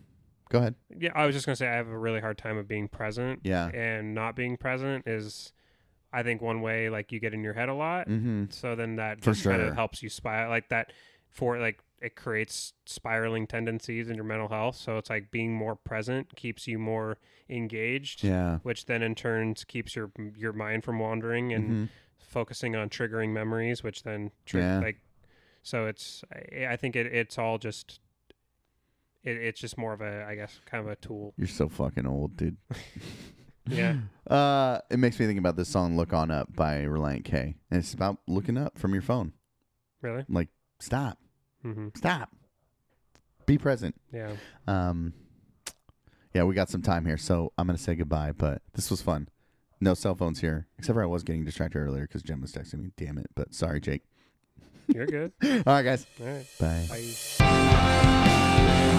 B: go ahead.
A: Yeah, I was just gonna say I have a really hard time of being present.
B: Yeah.
A: and not being present is I think one way like you get in your head a lot.
B: Mm-hmm.
A: So then that
B: For
A: just kind
B: sure.
A: of helps you spiral like that for like it creates spiraling tendencies in your mental health. So it's like being more present keeps you more engaged,
B: Yeah.
A: which then in turns keeps your your mind from wandering and
B: Mhm.
A: focusing on triggering memories, which then tri-
B: Yeah.
A: like so it's I, I think it, it's all just it, it's just more of a I guess kind of a tool.
B: You're so fucking old, dude.
A: Yeah.
B: Uh, it makes me think about this song "Look On Up" by Reliant K, and it's about looking up from your phone.
A: Really?
B: Stop.
A: Mm-hmm.
B: Stop. Be present.
A: Yeah.
B: Um, yeah, we got some time here, so I'm gonna say goodbye. But this was fun. No cell phones here, except for I was getting distracted earlier because Jem was texting me. Damn it! But sorry, Jake.
A: You're good.
B: All right, guys.
A: All right.
B: Bye.
A: Bye.